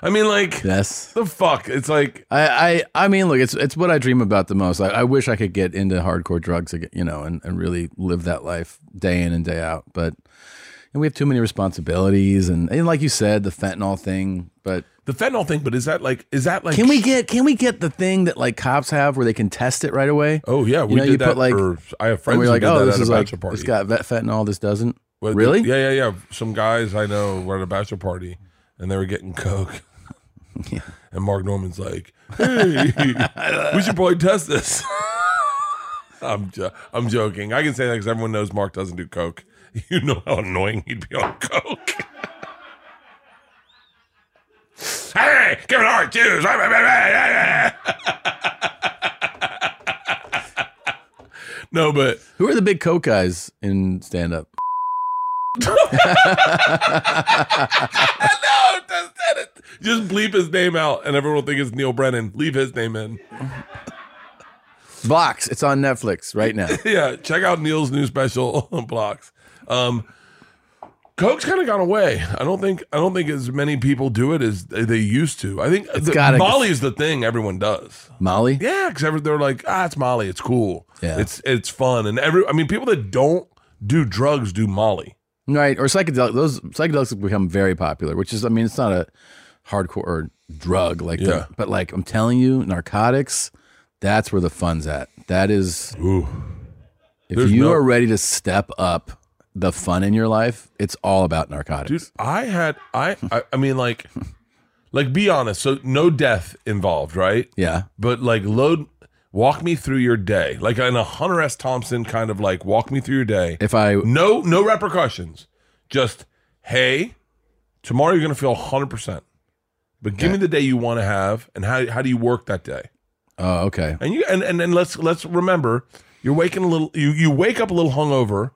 I mean, like yes the fuck. It's like I, I I mean look it's it's what i dream about the most i, I wish i could get into hardcore drugs again you know and, and really live that life day in and day out but and we have too many responsibilities and, and like you said the fentanyl thing but the fentanyl thing. But is that like is that like can we get can we get the thing that like cops have where they can test it right away Oh yeah, we know, did you that. put, like- or I have friends And we're who like, did oh, that this at a is like bachelor party. this got vet fentanyl, this doesn't. But the- really? Yeah, yeah, yeah. Some guys I know were at a bachelor party and they were getting coke. And Mark Norman's like, "Hey, we should probably test this." I'm jo- I'm joking. I can say that because everyone knows Mark doesn't do coke. You know how annoying he'd be on coke. hey, give it hard juice. no, but Who are the big coke guys in stand up? no, just, edit. just bleep his name out, and everyone will think it's Neil Brennan. Leave his name in. Vox, it's on Netflix right now. yeah, check out Neil's new special blocks. Um, Coke's kind of gone away. I don't think I don't think as many people do it as they used to. I think the, gotta- Molly is the thing everyone does. Molly? Yeah, because they're like, ah, it's Molly. It's cool. Yeah. it's it's fun. And every I mean, people that don't do drugs do Molly. Right. Or psychedelic those psychedelics have become very popular, which is I mean, it's not a hardcore drug like Yeah. that. But like I'm telling you, narcotics, that's where the fun's at. That is Ooh, if There's you no- are ready to step up the fun in your life, it's all about narcotics. dude, I had I I, I mean like. Like, be honest. So, no death involved, right? Yeah. but like load walk me through your day like in a hunter s thompson kind of like walk me through your day If I oh, no no repercussions just hey tomorrow you're gonna feel 100% but give me the day you want to have and how, how do you work that day oh, okay. and you and, and and let's let's remember you're waking a little you you wake up a little hungover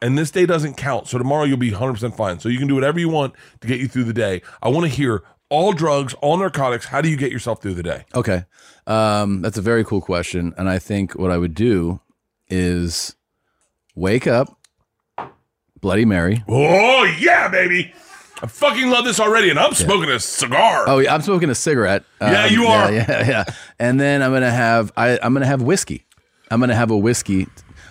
and this day doesn't count so tomorrow you'll be 100% fine so you can do whatever you want to get you through the day i want to hear all drugs all narcotics how do you get yourself through the day Okay. Um, that's a very cool question. And I think what I would do is wake up, Bloody Mary. Oh yeah, baby! I fucking love this already, and I'm smoking a cigar. Oh, yeah, I'm smoking a cigarette. Um, Yeah, you are. Yeah, yeah, yeah. And then I'm gonna have I, I'm gonna have whiskey. I'm gonna have a whiskey,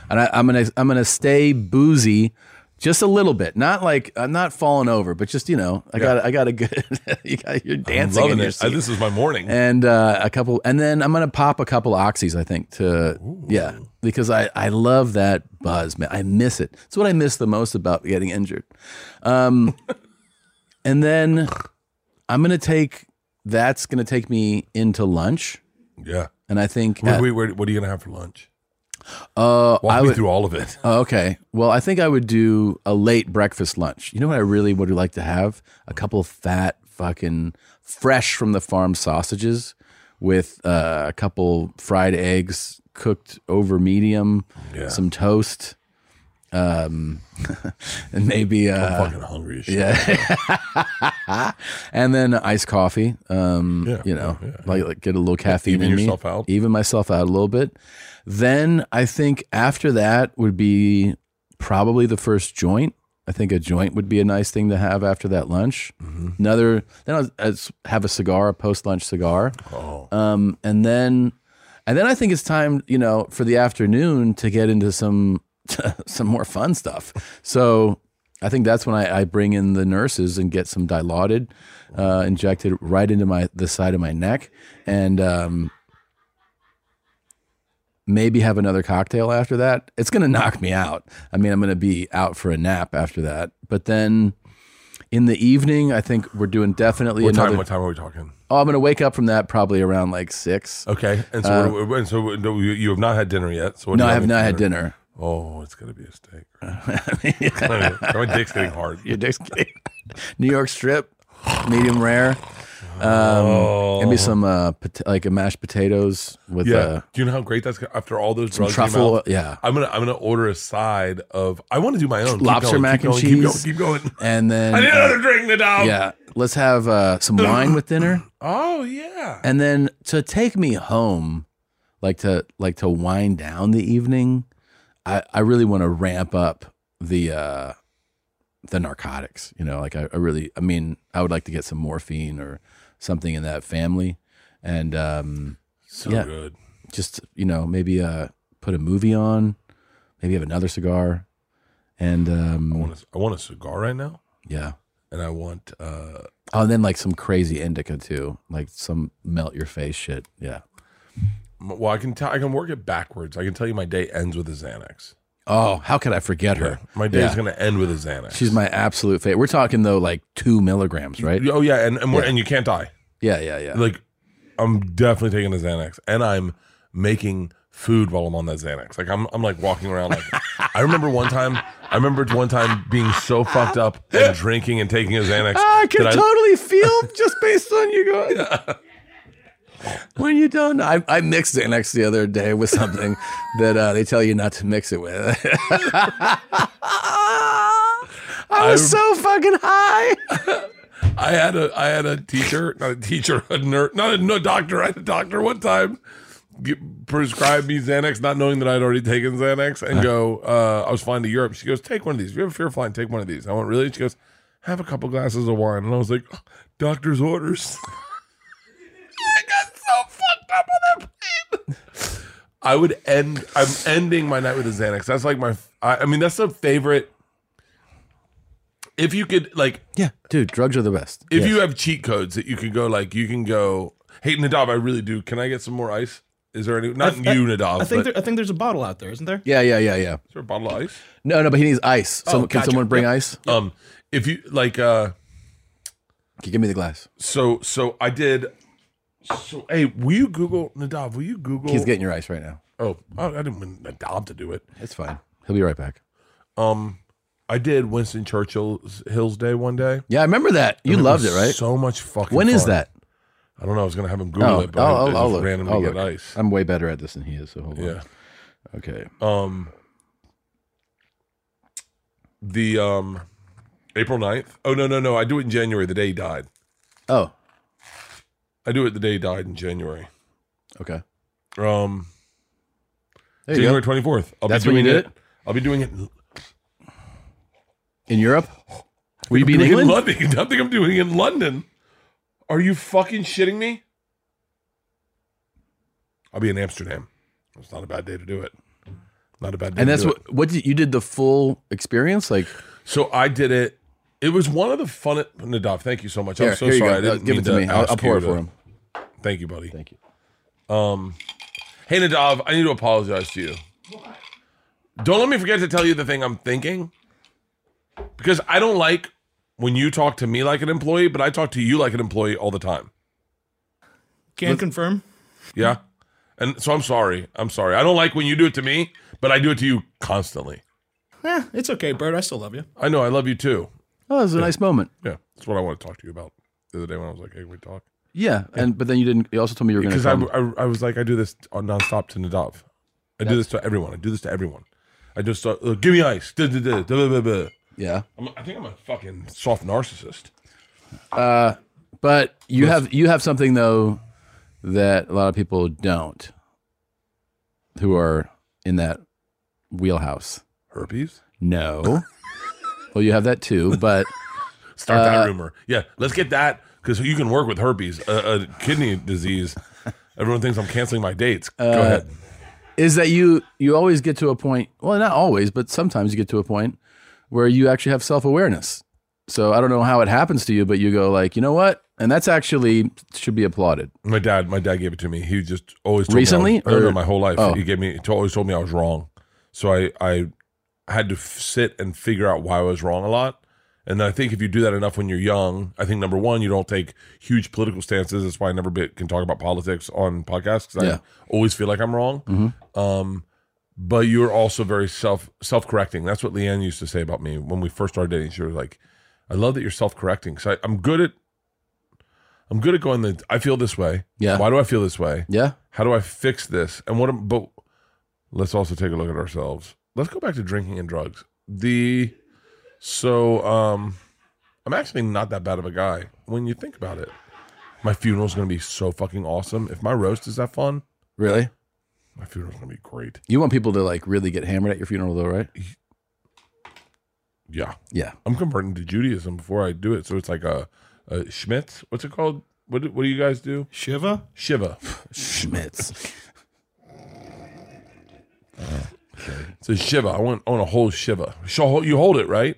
and I, I'm gonna I'm gonna stay boozy. Just a little bit, not like I'm not falling over, but just you know, I got I got a good. you got, you're I'm dancing in loving your it. I- seat. this is my morning. and uh, a couple, and then I'm gonna pop a couple oxys, I think, to yeah, because I I love that buzz, man. I miss it. It's what I miss the most about getting injured. Um, and then I'm gonna take that's gonna take me into lunch, yeah. and I think Wait, at- wait, wait, what are you gonna have for lunch? Uh, Walk I me would. through all of it. Oh, okay. Well, I think I would do a late breakfast lunch. You know what I really would like to have? A couple fat, fucking fresh from the farm sausages with uh, a couple fried eggs cooked over medium, Yeah. some toast, um, and maybe I'm uh, fucking hungry as shit. yeah. and then iced coffee. Um, Yeah, you know, yeah, yeah. Like, like get a little caffeine Even in me, yourself out. even myself out a little bit. Then I think after that would be probably the first joint. I think a joint would be a nice thing to have after that lunch. Mm-hmm. Another, then I'll, I'll s- have a cigar, a post lunch cigar. Oh. Um, and then, and then I think it's time, you know, for the afternoon to get into some some more fun stuff. So I think that's when I, I bring in the nurses and get some dilaudid uh, injected right into my the side of my neck, and um, maybe have another cocktail after that. It's gonna knock me out. I mean, I'm gonna be out for a nap after that. But then in the evening, I think we're doing definitely What another. time? What time are we talking? Oh, I'm gonna wake up from that probably around like six. Okay, and so what- and so what- no, you you have not had dinner yet. So what Uh, no, are you I have having not for had dinner. Oh, it's gonna be a steak. My dick's getting hard. Your dick's kidding. New York strip, medium rare. oh, Maybe some uh, pot- like a mashed potatoes with yeah. uh, do you know how great that's gonna- after all those drugs? in your truffle, mouth? yeah. I'm gonna I'm gonna order a side of. I want to do my own Keep Lobster going, mac and keep going, cheese. Keep going. Keep going. and then I need uh, another drink, the dog. yeah, let's have uh, some wine with dinner, Oh yeah. and then to take me home, like to like to wind down the evening. I I really want to ramp up the uh, the narcotics. You know, like I, I really, I mean, I would like to get some morphine or something in that family, and um, so yeah. good. just you know maybe uh put a movie on maybe have another cigar and I um want a, I want a cigar right now, yeah and I want uh oh and then like some crazy indica too like some melt your face shit yeah m- well I can tell I can work it backwards. I can tell you my day ends with a Xanax. oh how could i forget her My day is Yeah. gonna end with a Xanax. she's my absolute favorite we're talking though like two milligrams right Oh yeah, and and, we're Yeah. and you can't die. yeah yeah yeah Like I'm definitely taking a Xanax, and I'm making food while I'm on that Xanax. Like I'm I'm like walking around. Like I remember one time. I remember one time being so fucked up and drinking and taking a Xanax. i can that totally feel just based on you going when you done I, I mixed xanax the other day with something that uh, they tell you not to mix it with I was so fucking high. I had a I had a teacher, not a teacher, a nurse, not a no doctor. I had a doctor one time get, prescribe me Xanax, not knowing that I'd already taken Xanax, and go. Uh, I was flying to Europe. She goes, "Take one of these. If you ever fear of flying, take one of these." I went, "Really?" She goes, "Have a couple glasses of wine," and I was like, "Oh, "Doctor's orders." I got so fucked up on that plane. I would end. I'm ending my night with a Xanax. That's like my. I, I mean, that's the favorite. If you could like Yeah, dude, drugs are the best. if Yes. you have cheat codes that you could go like you can go hey nadav i really do can i get some more ice is there any not I- you nadav I but think there, I think there's a bottle out there, isn't there? yeah, yeah, yeah, yeah. is there a bottle of ice No, no, but he needs ice. So Oh, can gotcha. someone bring Yep. ice? um if you like uh Can you give me the glass? so so i did so hey will you google nadav will you google He's getting your ice right now. oh i I didn't want nadav to do it It's fine. He'll be right back. um i did winston churchill's hills day one day Yeah, I remember that. You And loved was it, right? so much fucking when is fun. that? i don't know i was gonna have him google Oh, it but I'll, i I'll, just I'll look. randomly I'll get look. ice I'm way better at this than he is. So hold on. yeah Okay. um the um April 9th. Oh no no no, I do it in January the day he died. Oh, I do it the day he died in January. okay. Um There you January go. 24th. I'll That's be when doing you did it. I'll be doing it in, In Europe? Will you be in doing it in England? London. I think I'm doing it in London. Are you fucking shitting me? I'll be in Amsterdam. It's not a bad day to do it. Not a bad day. And to that's do it. what what did, you did the full experience like So I did it. It was one of the fun. Nadav, thank you so much. here, I'm so here you sorry. go. I didn't Uh, give mean it to me. I'll, ask I'll pour you it to- for him. Thank you, buddy. Thank you. Hey, Nadav, I need to apologize to you. Don't let me forget to tell you the thing I'm thinking. Because I don't like when you talk to me like an employee, but I talk to you like an employee all the time. Can confirm. Yeah. And so I'm sorry. I'm sorry. I don't like when you do it to me, but I do it to you constantly. Eh, it's okay, Bert. I still love you. I know. I love you too. Oh, that was a nice moment. Yeah, that's what I want to talk to you about the other day when I was like, "Hey, can we talk?" Yeah, and but then you didn't. You also told me you were going to. Because I, I, I was like, I do this on nonstop to Nadav. I do this to everyone. I do this to everyone. I just start, uh, give me ice. Duh, duh, duh, duh, duh, duh, duh. yeah, I'm, I think I'm a fucking soft narcissist. but you have you have something though that a lot of people don't, who are in that wheelhouse. Herpes. No. well, you have that too, but Start that rumor. Yeah, let's get that because you can work with herpes, uh, uh, kidney disease. Everyone thinks I'm canceling my dates. Go ahead. is that you? You always get to a point. Well, not always, but sometimes you get to a point where you actually have self awareness. So I don't know how it happens to you, but you go like, you know what? And that's actually should be applauded. My dad, my dad gave it to me. He just always told Recently, Me I was, no, no, or- my whole life. oh. He gave me. He always told me I was wrong. So I, I had to f- sit and figure out why I was wrong a lot. And I think if you do that enough when you're young, I think number one, you don't take huge political stances. That's why I never be, can talk about politics on podcasts. 'cause Yeah. Mm-hmm. I always feel like I'm wrong. Um, but you're also very self self correcting. That's what Leanne used to say about me when we first started dating. She was like, "I love that you're self correcting." So I, I'm good at I'm good at going the I feel this way. Yeah. Why do I feel this way? Yeah. How do I fix this? And what am- but let's also take a look at ourselves. Let's go back to drinking and drugs. The so um I'm actually not that bad of a guy when you think about it. My funeral's going to be so fucking awesome. If my roast is that fun, Really? my funeral's going to be great. You want people to like really get hammered at your funeral though, right? Yeah. Yeah. I'm converting to Judaism before I do it. So it's like a, a Schmitz. What's it called? What do, what do you guys do? Shiva. Shiva. Schmitz. It's a Shiva. I want, I want a whole Shiva. Sh- You hold it, right?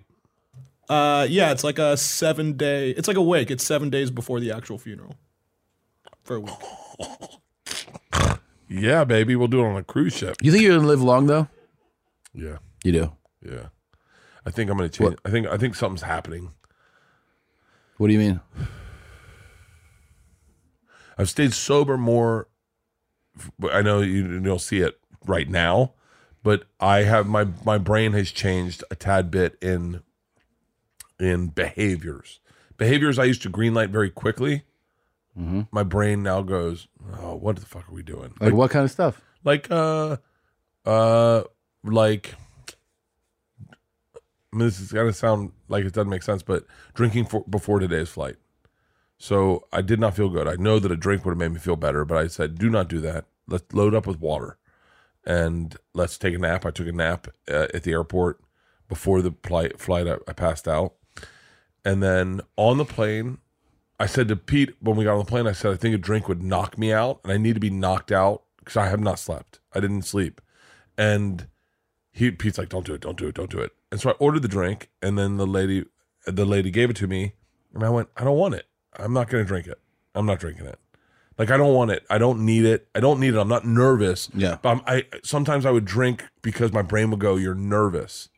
Uh, yeah, it's like a seven day. It's like a wake. It's seven days before the actual funeral. For a week. Yeah, baby. We'll do it on a cruise ship. You think you're gonna live long though? Yeah. You do. Yeah. I think I'm gonna change. I think I think something's happening. What do you mean? I've stayed sober more. but I know you, you'll see it right now, but I have my my brain has changed a tad bit in in behaviors. Behaviors I used to green light very quickly. My brain now goes, oh, what the fuck are we doing? Like what kind of stuff? like uh uh like I mean, this is gonna sound like it doesn't make sense but drinking for, before today's flight so i did not feel good i know that a drink would have made me feel better but i said do not do that let's load up with water and let's take a nap i took a nap uh, at the airport before the pli- flight I, I passed out and then on the plane I said to Pete when we got on the plane, I said, I think a drink would knock me out and I need to be knocked out because I have not slept. I didn't sleep. And he Pete's like, Don't do it, don't do it, don't do it. And so I ordered the drink and then the lady the lady gave it to me and I went, I don't want it. I'm not gonna drink it. I'm not drinking it. Like I don't want it. I don't need it. I don't need it. I'm not nervous. Yeah. But I'm, I sometimes I would drink because my brain would go, You're nervous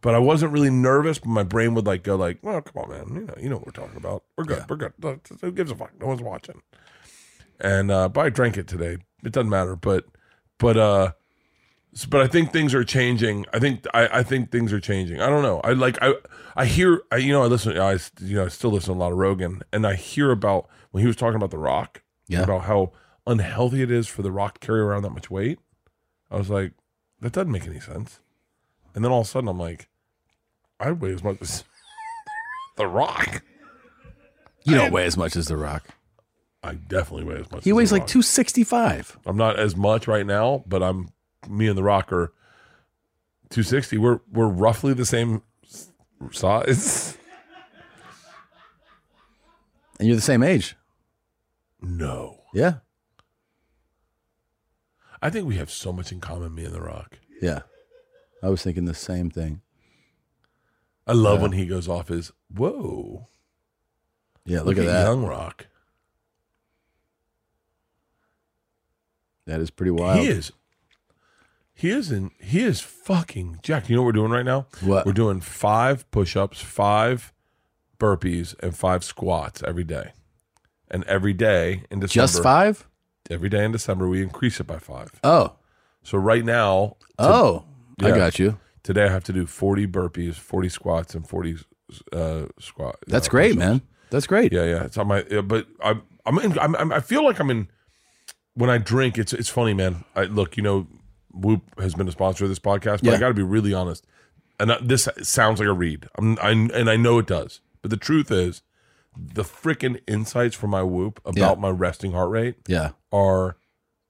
but I wasn't really nervous. But my brain would like go like, "Well, come on, man. You know, you know what we're talking about. We're good. We're good. Look, Who gives a fuck? No one's watching." And uh, but I drank it today. It doesn't matter. But but uh, s- but I think things are changing. I think I, I think things are changing. I don't know. I like I I hear I, you know I listen I s- you know I still listen to a lot of Rogan and I hear about when he was talking about The Rock Yeah. about how unhealthy it is for The Rock to carry around that much weight. I was like, that doesn't make any sense. And then all of a sudden, I'm like, I weigh as much as The Rock. You don't weigh as much as The Rock. I definitely weigh as much. He as weighs The like Rock. two sixty five. I'm not as much right now, but I'm me and The Rock are 260. We're we're roughly the same s- size. And you're the same age. No, Yeah. I think we have so much in common. Me and The Rock. Yeah. I was thinking the same thing. I love when he goes off his whoa. Yeah, look, at, that. young Rock. That is pretty wild. He is. He is in. He is fucking Jack. You know what we're doing right now? What? We're doing five push-ups, five burpees, and five squats every day. And every day in December, Just five? every day in December we increase it by five. Oh, So right now, oh, I Yeah. got you. today I have to do 40 burpees, 40 squats, and 40 uh, squat. That's uh, great, push-ups. man. That's great. Yeah, yeah. It's on my. Yeah, but I'm, I'm, in, I'm, I'm, I feel like I'm in. When I drink, it's, it's funny, man. I look, you know, Whoop has been a sponsor of this podcast, but I Yeah. got to be really honest. And I, this sounds like a read, I'm, I, and I know it does. But the truth is, the freaking insights from my Whoop about Yeah. my resting heart rate Yeah. are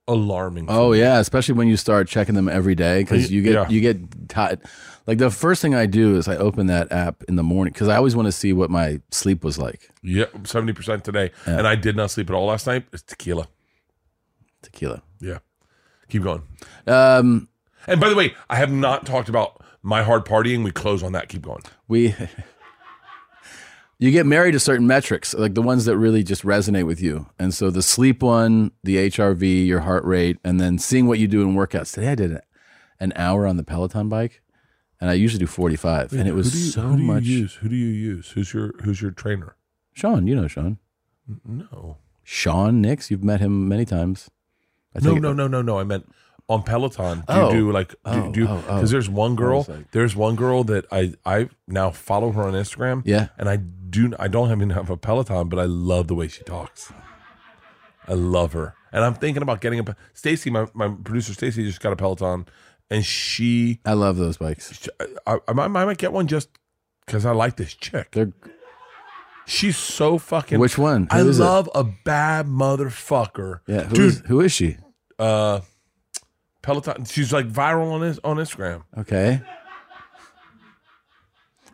alarming. Oh yeah, especially when you start checking them every day because you get Yeah. you get tired. Like the first thing I do is I open that app in the morning because I always want to see what my sleep was like. yeah, seventy percent today, and I did not sleep at all last night. It's tequila. Tequila. Yeah, keep going. Um, And by the way, I have not talked about my hard partying. We close on that. Keep going. we you get married to certain metrics, like the ones that really just resonate with you. And so the sleep one, the HRV, your heart rate, and then seeing what you do in workouts. Today I did an hour on the Peloton bike, and I usually do forty five, and it was Who do you- so who do you much. Use? Who do you use? Who's your Who's your trainer? Sean, you know Sean. No, Sean Nix, you've met him many times. I no, think- no, no, no, no. I meant on Peloton. Do Oh. you do like do, Oh, do oh, because oh. there's one girl. was like- there's one girl that I I now follow her on Instagram. Yeah. and I do. I don't even have a Peloton, but I love the way she talks. I love her, and I'm thinking about getting a. Pe- Stacy, my my producer Stacy, just got a Peloton, and she I love those bikes. uh, I, I, might- I might get one just because I like this chick. They're She's so fucking. Which one? Who I is it? love a bad motherfucker. yeah. Who dude. is- who is she? Uh, Peloton. She's like viral on his, on Instagram. Okay.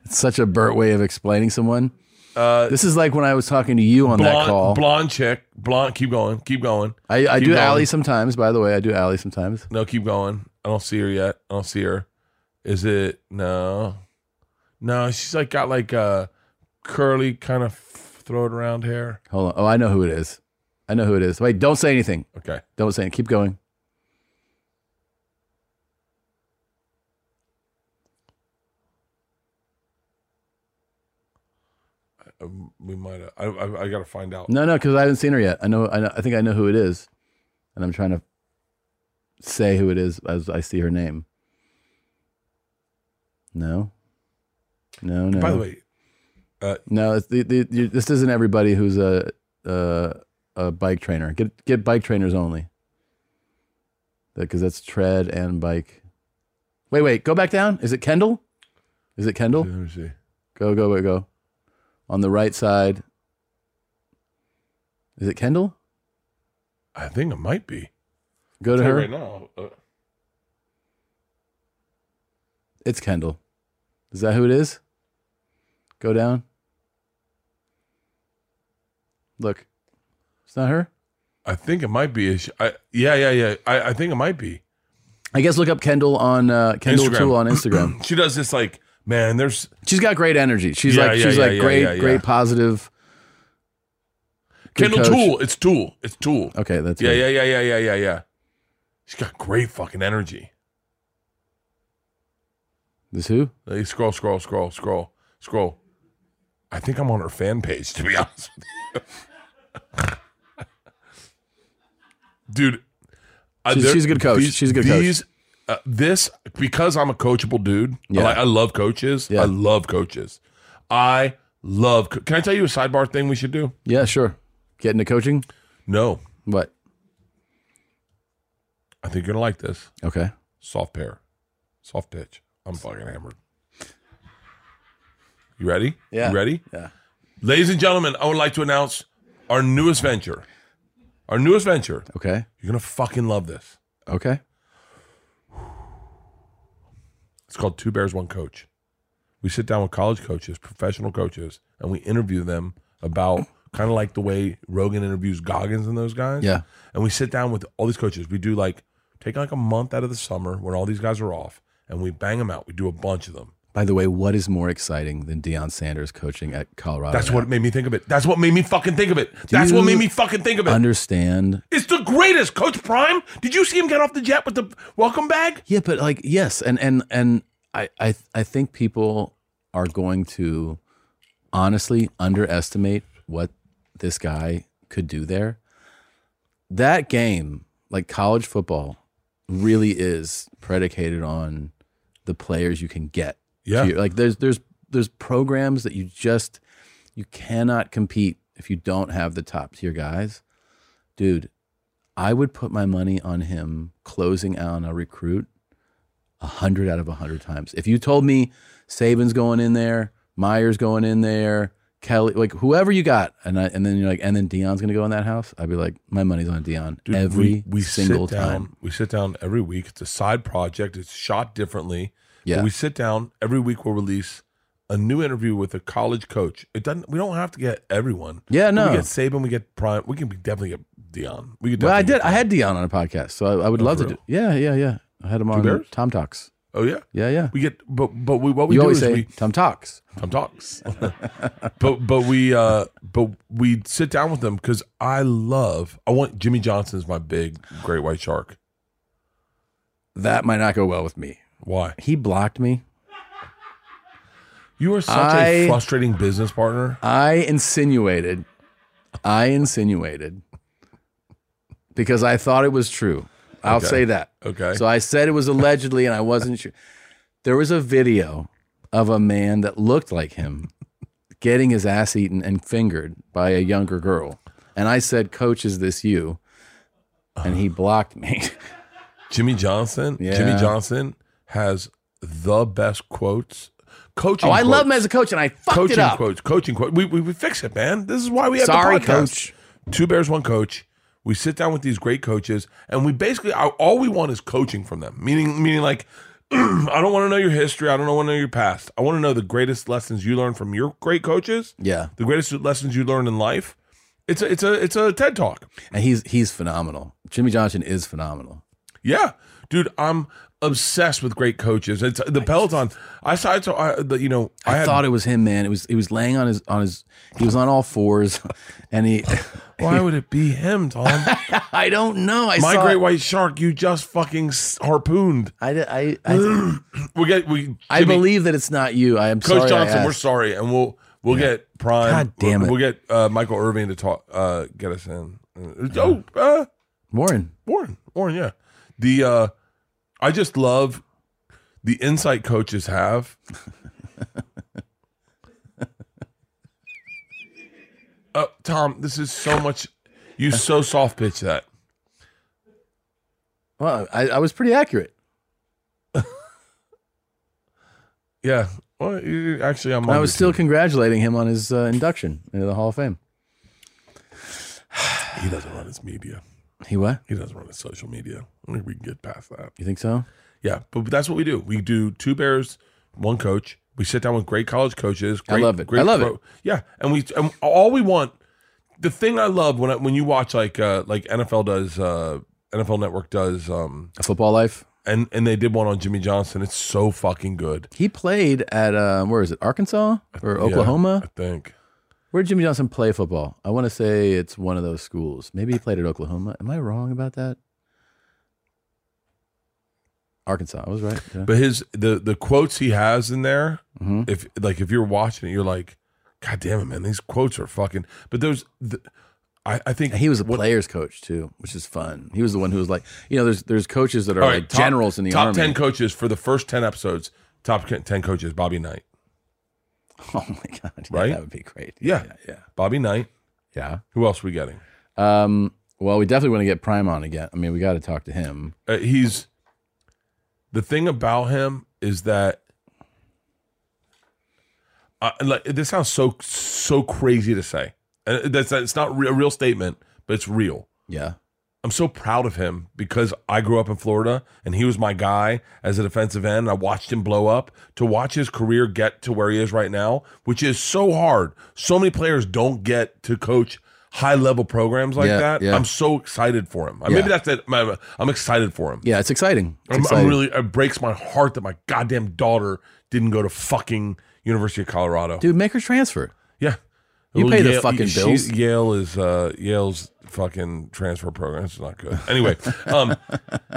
It's such a Burt way of explaining someone. Uh, This is like when I was talking to you on that blonde, call. blonde chick. Blonde. Keep going. Keep going. I, I keep do going. alley sometimes, by the way. I do alley sometimes. No, keep going. I don't see her yet. I don't see her. Is it no? No, she's like got like uh curly kind of thrown around hair. Hold on. Oh, I know who it is. I know who it is. Wait, don't say anything. Okay. Don't say it. Keep going. Um, We might. have- I I, I got to find out. No, no, because I haven't seen her yet. I know, I know. I think I know who it is, and I'm trying to say who it is as I see her name. No, no, no. By the way, no. It's the, the, you, this isn't everybody who's a, a a bike trainer. Get get bike trainers only, because that's tread and bike. Wait, wait. Go back down. Is it Kendall? Is it Kendall? Let me see. Go, go, go, go. On the right side. Is it Kendall? I think it might be. Go to her. right now. Uh, It's Kendall. Is that who it is? Go down. Look, it's not her. I think it might be. Is she- I, yeah, yeah, yeah. I, I think it might be. I guess look up Kendall on uh, Kendall Instagram. Tool on Instagram. She does this like, man. There's she's got great energy. She's Yeah, like yeah, she's yeah, like yeah, great, yeah, yeah. great positive. Good Kendall coach. Tool. It's Tool. It's Tool. Okay, that's Yeah, it. yeah, yeah, yeah, yeah, yeah, yeah. She's got great fucking energy. This who? Like, scroll, scroll, scroll, scroll, scroll. I think I'm on her fan page to be honest with you, dude. uh, She's- there- she's a good coach. these- She's a good coach. these, Uh, this because I'm a coachable dude. Yeah. I, like- I love coaches. Yeah. I love coaches. I love. Co- Can I tell you a sidebar thing we should do? Yeah, sure. Get into coaching. No, What? I think you're gonna like this. Okay. Soft pair, soft pitch. I'm fucking hammered. You ready? Yeah. You ready? Yeah. Ladies and gentlemen, I would like to announce our newest venture. Our newest venture. Okay. You're gonna fucking love this. Okay. It's called Two Bears One Coach. We sit down with college coaches, professional coaches, and we interview them about kind of like the way Rogan interviews Goggins and those guys. Yeah. And we sit down with all these coaches. We do like take like a month out of the summer when all these guys are off, and we bang them out. We do a bunch of them. By the way, what is more exciting than Deion Sanders coaching at Colorado? That's now? what made me think of it. That's what made me fucking think of it. That's what you made me fucking think of it. Understand it's the greatest, Coach Prime. Did you see him get off the jet with the welcome bag? Yeah, but like yes, and and and I I I think people are going to honestly underestimate what this guy could do there. that game, like college football, really is predicated on the players you can get. to Yeah. your- like there's there's there's programs that you just you cannot compete if you don't have the top tier guys. Dude, I would put my money on him closing out a recruit a hundred out of a hundred times. If you told me Saban's going in there, Myers going in there, Kelly, like whoever you got, and I, and then you're like, and then Dion's gonna go in that house. I'd be like, my money's on Dion Dude, every we, we single sit down, time. We sit down every week. It's a side project. It's shot differently. But Yeah. we sit down every week. We'll release a new interview with a college coach. It doesn't. We don't have to get everyone. Yeah, no. We get Saban. We get Prime. We can be, definitely get Dion. We could. Well, I definitely did. get I had Dion on a podcast, so I, I would Oh, love for to. real? do Yeah, yeah, yeah. I had him on Bears? Tom Talks. Oh yeah. Yeah, yeah. We get. But but we what we you do always is say we Tom Talks. Tom talks. but but we uh but we sit down with them because I love. I want Jimmy Johnson's my big great white shark. That might not go well with me. Why? He blocked me. You are such a I- frustrating business partner. I insinuated, I insinuated, because I thought it was true. I'll Okay. say that. Okay. So I said it was allegedly, and I wasn't sure. There was a video of a man that looked like him getting his ass eaten and fingered by a younger girl. And I said, Coach, is this you? And he blocked me. Jimmy Johnson. Jimmy Yeah. Johnson has the best quotes. Coaching. oh, I love him quotes. as a coach, and I fucked it coaching up. quotes. Coaching quotes. We, we we fix it, man. This is why we have Sorry, the podcast. coach. Two bears, one coach. We sit down with these great coaches, and we basically I- all we want is coaching from them. Meaning, meaning like I don't want to know your history. I don't want to know your past. I want to know the greatest lessons you learned from your great coaches. Yeah. The greatest lessons you learned in life. It's a it's a it's a TED talk. And he's he's phenomenal. Jimmy Johnson is phenomenal. Yeah, dude, I'm obsessed with great coaches. It's the Peloton. I saw, I saw I, the, you know, I, I, had, thought it was him, man. It was he was laying on his on his he was on all fours, and he. why would it be him, Tom? I don't know. I My saw. great it. white shark, you just fucking s- harpooned. I di- I I, We get we. I Jimmy, believe that it's not you. I am Coach sorry. Johnson. I We're asked. sorry, and we'll we'll get prime. God damn we'll, it. We'll get uh, Michael Irving to talk. Uh, get us in. Uh, Oh, uh, Warren. Warren. Warren. Yeah. The uh, I just love the insight coaches have. uh, Tom, this is so much. You so soft pitch that. Well, I, I was pretty accurate. Yeah. Well, you, actually, I'm. on I your was still team. congratulating him on his uh, induction into the Hall of Fame. He doesn't run his media. He what? He doesn't run his social media. I think we can get past that. You think so? Yeah, but that's what we do. We do two bears, one coach. We sit down with great college coaches. I Great, love it. Great I love it. Yeah, and we and all we want. The thing I love when I, when you watch like uh, like NFL does uh, NFL Network does um, A football life. and and they did one on Jimmy Johnson. It's so fucking good. He played at uh, where is it? Arkansas or Yeah, Oklahoma? I think. Where did Jimmy Johnson play football? I want to say it's one of those schools. Maybe he played at Oklahoma. Am I wrong about that? Arkansas. I was right. Yeah. But his the the quotes he has in there, Mhm. if like if you're watching it, you're like, God damn it, man, these quotes are fucking. But those, the, I I think And he was a what- players coach too, which is fun. He was the one who was like, you know, there's there's coaches that are All like right, top- generals in the top army. ten coaches for the first ten episodes. Top c- ten coaches: Bobby Knight. Oh my god, yeah, Right? That would be great. Yeah. yeah, Bobby Knight. yeah. Who else we getting? yeah. Um, well, we definitely want to get Prime on again. I mean, we got to talk to him. Uh, he's the thing about him is that. I like this sounds so so crazy to say. Uh, That's it's not re- a real statement, but it's real. Yeah, I'm so proud of him because I grew up in Florida and he was my guy as a defensive end. I watched him blow up. To watch his career get to where he is right now, which is so hard. So many players don't get to coach high level programs like Yeah, that. yeah. I'm so excited for him. Uh, Yeah. Maybe that's it. I'm I'm excited for him. yeah. It's exciting. It's I'm, I'm exciting. really. It breaks my heart that my goddamn daughter didn't go to fucking University of Colorado. dude. Make her transfer. Yeah. You pay the fucking she- bills. Yale is uh, Yale's fucking transfer program. It's not good. Anyway, um,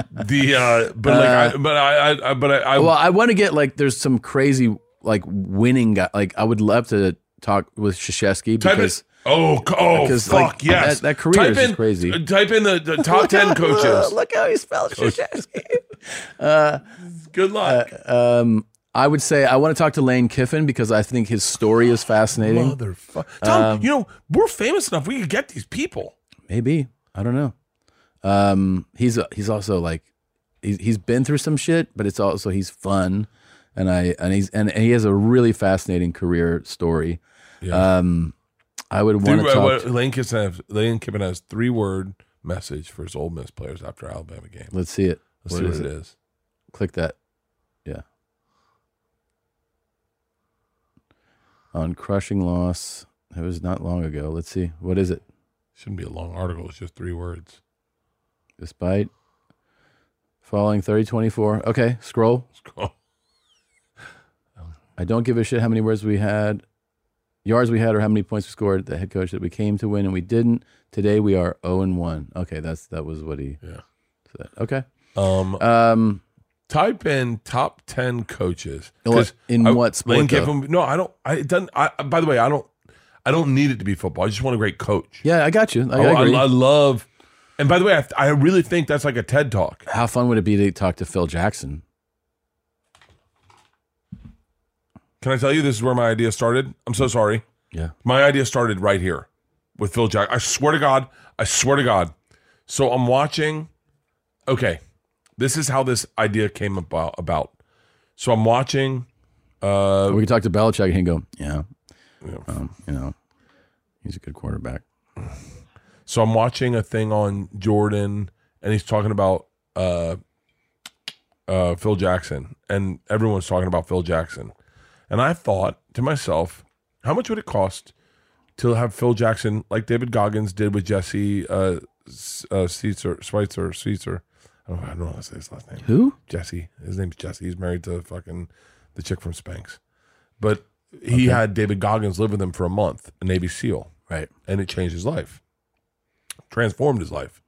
the uh, but like I, but I, I, I but I, I Well, I want to get like there's some crazy like winning guy. Like I would love to talk with Shashesky type because it Oh, c- oh, Because, fuck like, yes! that- that career type is just in, crazy. uh, Type in the, the top ten coaches. Oh, Look how he spells Krzyzewski. Good luck, um, I would say I want to talk to Lane Kiffin because I think his story is fascinating. motherfucker. Tom, um, you know we're famous enough. We could get these people. Maybe I don't know. Um, he's he's also like he's he's been through some shit, but it's also he's fun, and I and he's and, and he has a really fascinating career story. Yeah. Um, I would want Three, to talk. uh, what, Lane Kiffin has Lane Kiffin has three word message for his old Miss players after Alabama game. let's see it. Let's What see is what it? it is. Click that. Yeah. On crushing loss. It was not long ago. Let's see. What is it? Shouldn't be a long article. It's just three words. Despite falling 30 24. Okay, scroll. It's cool. I don't give a shit how many words we had, yards we had, or how many points we scored. The head coach that we came to win and we didn't. Today we are 0 and 1. Okay, that's that was what he Yeah. said. Okay. Um, Um, type in top ten coaches. In what- 'Cause in I- what sport, Lane though? Kiffin. No, I don't. I it doesn't. I, by the way, I don't. I don't need it to be football. I just want a great coach. yeah, I got you. I, Oh, I, I I, agree. I love. And by the way, I, I really think that's like a TED talk. how fun would it be to talk to Phil Jackson? Can I tell you this is where my idea started? I'm so sorry. Yeah. My idea started right here with Phil Jack. I swear to God. I swear to God. So I'm watching. Okay. This is how this idea came about. about. So I'm watching. Uh, we could talk to Belichick and he'd go, yeah, um, you know, he's a good quarterback. So I'm watching a thing on Jordan, and he's talking about uh, uh, Phil Jackson, and everyone's talking about Phil Jackson. And I thought to myself, how much would it cost to have Phil Jackson, like David Goggins did with Jesse uh, S- uh, Caesar, Schweitzer, Caesar? I don't, I don't know how to say his last name. Who? Jesse. His name's Jesse. He's married to fucking the chick from Spanx. But he had David Goggins live with him for a month, a Navy SEAL Right. and it changed his life, transformed his life.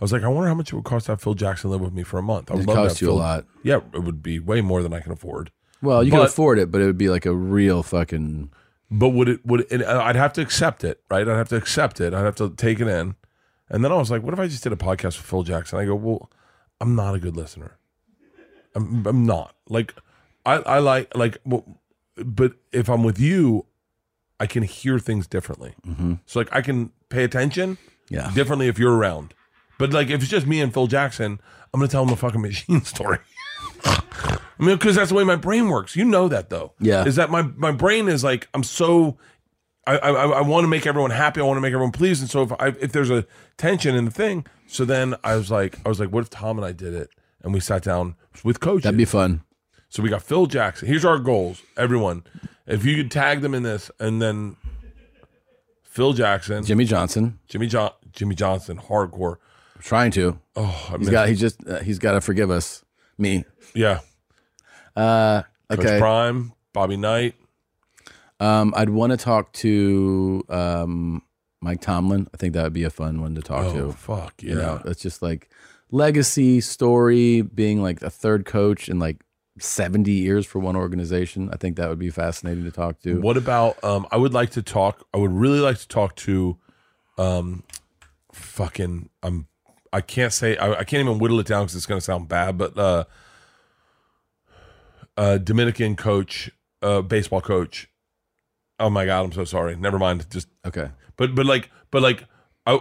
I was like, I wonder how much it would cost to have Phil Jackson live with me for a month. I would It love to costs have you a Phil- lot. Yeah, it would be way more than I can afford. Well, you can But- afford it, but it would be like a real fucking. But would it? Would it, and uh, I'd have to accept it, right? I'd have to accept it. I'd have to take it in. And then I was like, what if I just did a podcast with Phil Jackson? I go, well, I'm not a good listener. I'm, I'm not like, I, I like like, well, but if I'm with you, I can hear things differently. So like, I can pay attention. Yeah. differently if you're around. But like if it's just me and Phil Jackson, I'm gonna tell him the fucking machine story. I mean, because that's the way my brain works. You know that though. Yeah. Is that my my brain is like I'm so. I, I, I want to make everyone happy. I want to make everyone pleased. And so if I, if there's a tension in the thing, so then I was like, I was like, what if Tom and I did it and we sat down with coaches? That'd be fun. So we got Phil Jackson. Here's our goals, everyone. If you could tag them in this, and then Phil Jackson, Jimmy Johnson Jimmy John, Jimmy Johnson, hardcore. trying to. Oh, I He's miss, got. He just. Uh, he's got to forgive us. Me. yeah. Uh, Coach okay. Prime, Bobby Knight. Um, I'd want to talk to um Mike Tomlin. I think that would be a fun one to talk Oh to. fuck yeah! You know, it's just like legacy story being like a third coach in like 70 years for one organization. I think that would be fascinating to talk to. What about? Um, I would like to talk. I would really like to talk to, um, fucking. I'm. I can't say. I, I can't even whittle it down because it's going to sound bad. But uh, uh, Dominican coach, uh, baseball coach. Oh my god! I'm so sorry. Never mind. Just Okay. But but like but like I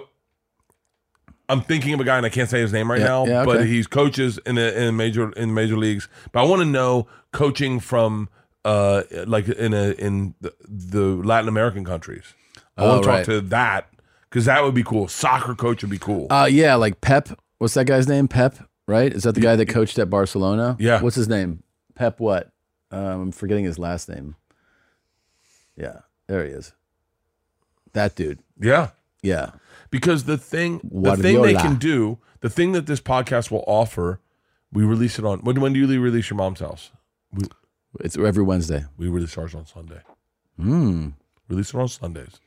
I'm thinking of a guy and I can't say his name right Yeah, now, yeah, but okay. he's coaches in the in major in major leagues. But I want to know coaching from uh like in a in the, the Latin American countries. I Oh, want to right. talk to that because that would be cool. Soccer coach would be cool. Uh yeah, like Pep. What's that guy's name? Pep, right? Is that the guy that coached at Barcelona? Yeah. What's his name? Pep what? Um, I'm forgetting his last name. Yeah, there he is. That dude. yeah, Yeah. because the thing the Guardiola. thing they can do the thing that this podcast will offer. We release it on when? When do you release your mom's house? It's every Wednesday. We release ours on Sunday. Mm. Release it on Sundays.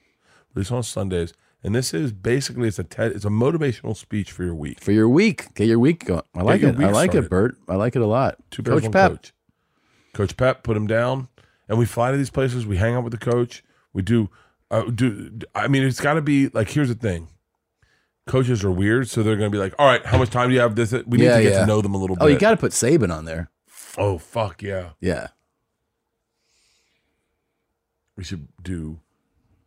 Release it on Sundays. And this is basically it's a TED, it's a motivational speech for your week. For your week. Get your week going. I like your it. I week like started. it, Bert. I like it a lot. Two bears, Coach one Pep. coach. Coach Pep, put him down, and we fly to these places. We hang out with the coach. We do Uh, do, I mean, it's got to be like, here's the thing. Coaches are weird, so they're going to be like, all right, how much time do you have? This We need Yeah, to get yeah. to know them a little bit. Oh, you got to put Saban on there. Oh, fuck, yeah. Yeah. We should do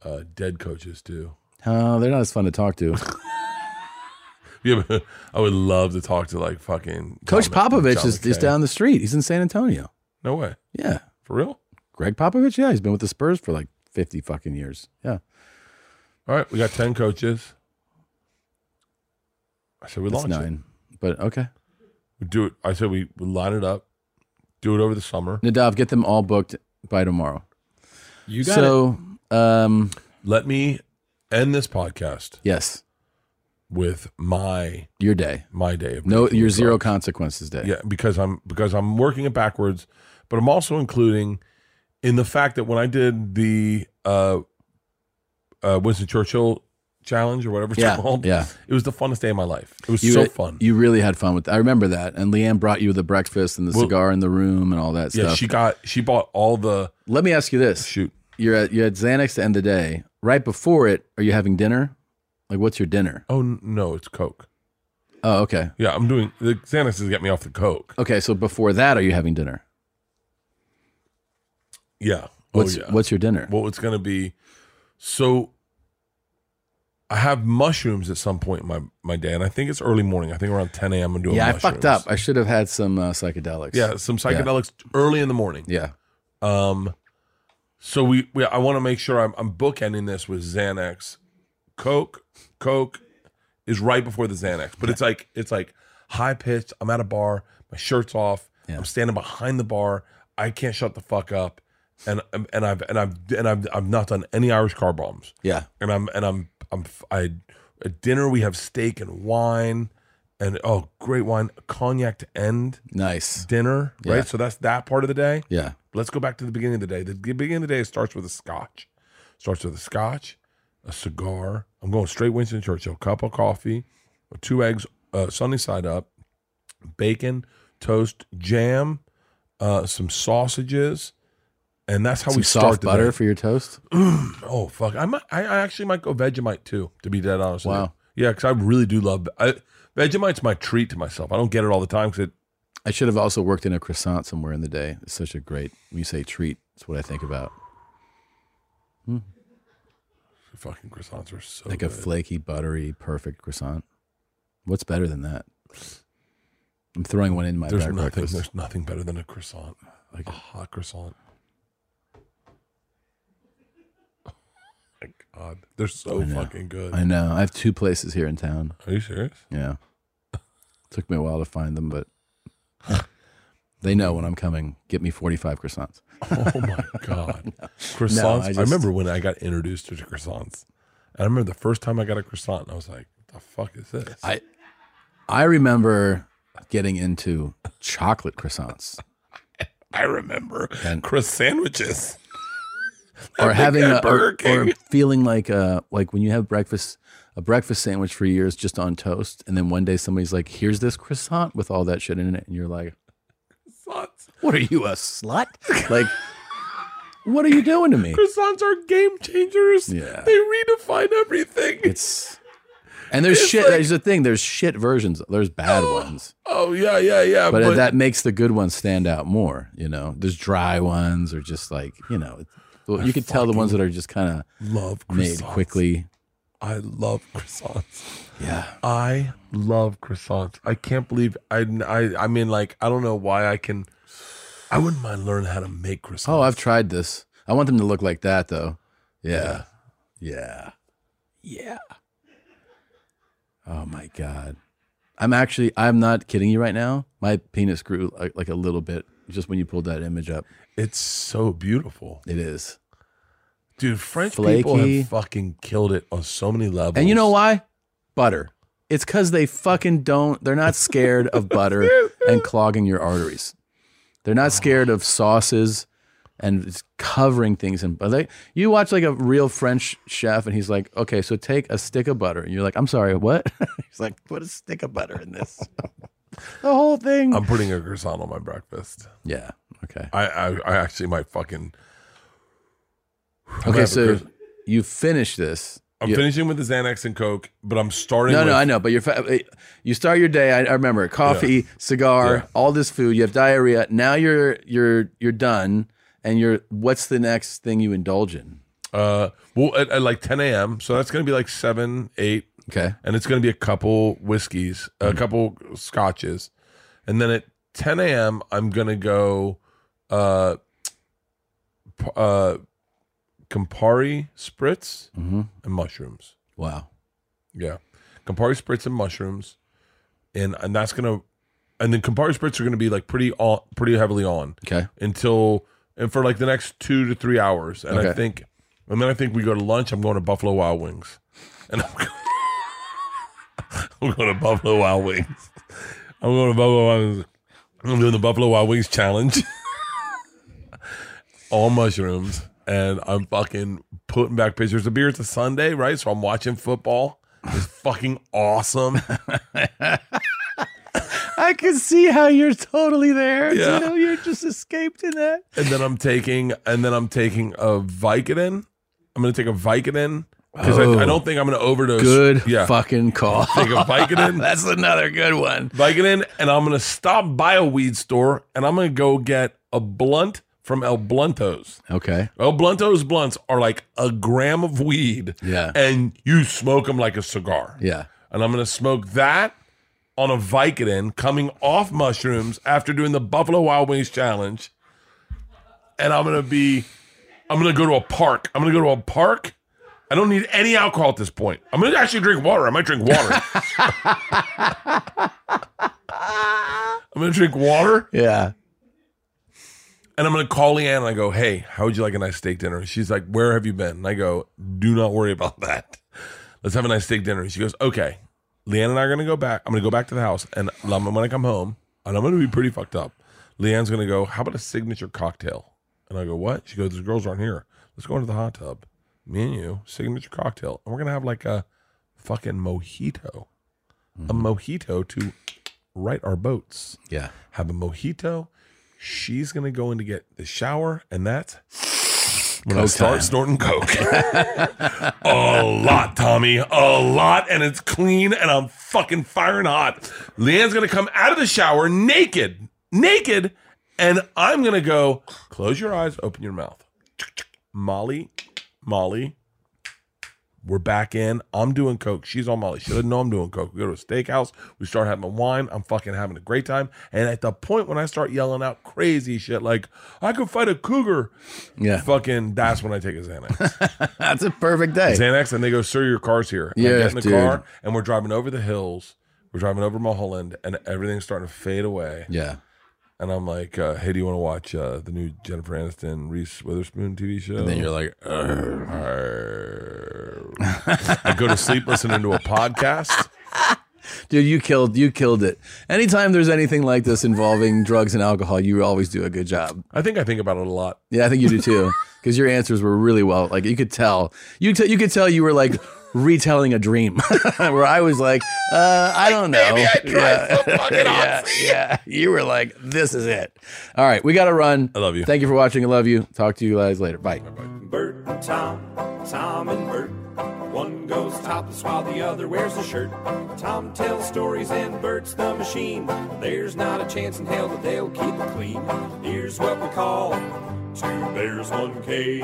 uh, dead coaches, too. Oh, they're not as fun to talk to. Yeah, but I would love to talk to like fucking Coach John- Popovich John is, is McKay. down the street. He's in San Antonio. No way. Yeah. For real? Greg Popovich? Yeah. He's been with the Spurs for like 50 fucking years. Yeah. All right, we got 10 coaches. I said we That's launch it. nine. But okay. We do it. I said we, we line it up, do it over the summer. Nadav, get them all booked by tomorrow. You got it. so, um, Let me end this podcast yes, with my your day. my day of No, breaking your the zero code. consequences day. Yeah, because I'm because I'm working it backwards, but I'm also including in the fact that when I did the uh, uh, Winston Churchill challenge or whatever it's Yeah, called, yeah. it was the funnest day of my life. It was You, so fun. You really had fun with I remember that. And Leanne brought you the breakfast and the Well- cigar in the room and all that yeah, stuff. she got she bought all the Let me ask you this. shoot. You're at, you had Xanax to end the day. Right before it, are you having dinner? Like, what's your dinner? Oh n- no, it's Coke. Oh, okay. Yeah, I'm doing the Xanax has got me off the Coke. Okay, so before that, are you having dinner? Yeah. What's oh yeah. what's your dinner? well, it's gonna be so. I have mushrooms at some point in my, my day, and I think it's early morning. I think around 10 a.m. I'm doing yeah, mushrooms. I fucked up. I should have had some uh, psychedelics. Yeah, some psychedelics early in the morning. yeah, Um, so we, we I want to make sure I'm, I'm bookending this with Xanax, Coke. Coke is right before the Xanax, but it's like it's like high pitched. I'm at a bar, my shirt's off. I'm standing behind the bar. I can't shut the fuck up, and and I've and I've and I've I've not done any Irish car bombs yeah. and I'm and I'm I'm I at dinner we have steak and wine and oh great wine cognac to end Nice. dinner Yeah. right so that's that part of the day Yeah. let's go back to the beginning of the day the beginning of the day starts with a scotch starts with a scotch a cigar I'm going straight Winston Churchill cup of coffee two eggs uh, sunny side up bacon toast jam uh, some sausages and that's how Some we start soft the butter day. for your toast. Oh fuck! I might, I I actually might go Vegemite too. To be dead honest. with Wow. you. Yeah, because I really do love I, Vegemite's my treat to myself. I don't get it all the time because it. I should have also worked in a croissant somewhere in the day. It's such a great. When you say treat, it's what I think about. Fucking croissants are so Like a good. flaky, buttery, perfect croissant. What's better than that? I'm throwing one in my there's bag nothing. breakfast. There's nothing better than a croissant. Like a hot croissant. Oh my god, they're so fucking good. I know. I have two places here in town. Are you serious? Yeah. Took me a while to find them, but they know when I'm coming. Get me 45 croissants. Oh my god, croissants! No, I I, just- remember when I got introduced to croissants. And I remember the first time I got a croissant, and I was like, "The fuck is this?" I I remember getting into chocolate croissants I remember And- crisp sandwiches. or having at a or, Burger or King. feeling like uh like when you have breakfast a breakfast sandwich for years just on toast and then one day somebody's like here's this croissant with all that shit in it and you're like Croissants, what are you a slut like what are you doing to me croissants are game changers. Yeah. They redefine everything. it's and there's shit there's the thing there's shit versions there's bad ones oh yeah, yeah, yeah. but, that makes the good ones stand out more. You know, there's dry ones or just like you know, it- well, you could tell the ones that are just kind love of made croissants. quickly. I love croissants. Yeah, I love croissants. I can't believe I, I I mean like I don't know why I can I wouldn't mind learning how to make croissants. Oh, I've tried this. I want them to look like that though. Yeah, yeah, yeah. Oh my god, I'm actually I'm not kidding you right now. My penis grew like, like a little bit just when you pulled that image up. It's so beautiful. It is, Dude, French people Flaky. have fucking killed it on so many levels. and you know why? Butter. It's because they fucking don't. They're not scared of butter and clogging your arteries. They're not scared of sauces and it's covering things in butter. Like, you watch like a real French chef and he's like, okay, so take a stick of butter. And you're like, I'm sorry, what? he's like, put a stick of butter in this. the whole thing. I'm putting a croissant on my breakfast. yeah. Okay. I, I, I actually might fucking. I might Okay, have a so cris- you finish this. I'm You- finishing with the Xanax and Coke, but I'm starting. No, with, no, I know, but you're fa- uh, you start your day. I, I remember coffee, cigar, Yeah. all this food. You have diarrhea. Now you're you're you're done, and you're what's the next thing you indulge in? Uh, well, at, at like 10 a.m. So that's gonna be like seven, eight, Okay, and it's gonna be a couple whiskeys, a couple scotches, and then at 10 a.m. I'm gonna go, uh, p- uh, Campari spritz Mhm. and mushrooms. wow, Yeah, Campari spritz and mushrooms, and and that's gonna, and then Campari spritz are gonna be like pretty on, pretty heavily on okay, until and for like the next two to three hours. And I Okay. think, and then I think we go to lunch. I'm going to Buffalo Wild Wings, and I'm going, I'm going to Buffalo Wild Wings. I'm going to Buffalo Wild Wings. I'm doing the Buffalo Wild Wings challenge, all mushrooms, and I'm fucking putting back pictures of beer. It's a Sunday, right? So I'm watching football. It's fucking awesome. I can see how you're totally there. Yeah. You know, you're just escaped in that. and then I'm taking and then I'm taking a Vicodin. I'm gonna take a Vicodin because Oh. I, I don't think I'm gonna overdose. Good yeah. fucking call. Take a Vicodin, That's another good one. Vicodin, and I'm gonna stop by a weed store and I'm gonna go get a blunt from El Bluntos. Okay, El Bluntos blunts are like a gram of weed, Yeah. and you smoke them like a cigar. yeah, And I'm gonna smoke that on a Vicodin coming off mushrooms after doing the Buffalo Wild Wings challenge. And I'm gonna be I'm gonna go to a park. I'm gonna go to a park. I don't need any alcohol at this point. I'm gonna actually drink water. I might drink water. I'm gonna drink water yeah. and I'm gonna call Leanne and I go, Hey, how would you like a nice steak dinner? She's like, Where have you been? And I go, Do not worry about that. Let's have a nice steak dinner. And she goes, Okay. Leanne and I are gonna go back. I'm gonna go back to the house and I'm- when I come home, and I'm gonna be pretty fucked up. Leanne's gonna go, How about a signature cocktail? And I go, What? She goes, The girls aren't here. Let's go into the hot tub. Me and you, signature cocktail. And we're gonna have like a fucking mojito. A mojito to right our boats Yeah. have a mojito. She's gonna go in to get the shower, and that's when I Coke start time. snorting coke. a lot, Tommy, a lot, and it's clean, and I'm fucking firing hot. Leanne's gonna come out of the shower naked, naked, and I'm gonna go. Close your eyes, open your mouth. Molly, Molly, we're back in. I'm doing coke. She's on Molly. She doesn't know I'm doing coke. We go to a steakhouse. We start having a wine. I'm fucking having a great time. And at the point when I start yelling out crazy shit like I could fight a cougar, Yeah. fucking that's when I take a Xanax. That's a perfect day. Xanax, and they go, "Sir, your car's here." And I Yeah, get in the dude. car, and we're driving over the hills. We're driving over Mulholland, and everything's starting to fade away. Yeah. And I'm like, uh, "Hey, do you want to watch uh, the new Jennifer Aniston Reese Witherspoon TV show?" And then you're like, "Ugh." I go to sleep listening to a podcast. dude, you killed, you killed it. Anytime there's anything like this involving drugs and alcohol, you always do a good job. I think I think about it a lot. Yeah, I think you do too, because your answers were really well. Like you could tell, you t- you could tell you were like retelling a dream, where I was like, uh, I don't know. yeah. yeah, yeah. You were like, this is it. All right, we got to run. I love you. Thank you for watching. I love you. Talk to you guys later. Bye. Bert and Tom, Tom and Bert. One goes topless while the other wears a shirt. Tom tells stories and Bert's the machine. There's not a chance in hell that they'll keep it clean. Here's what we call two bears, one cave.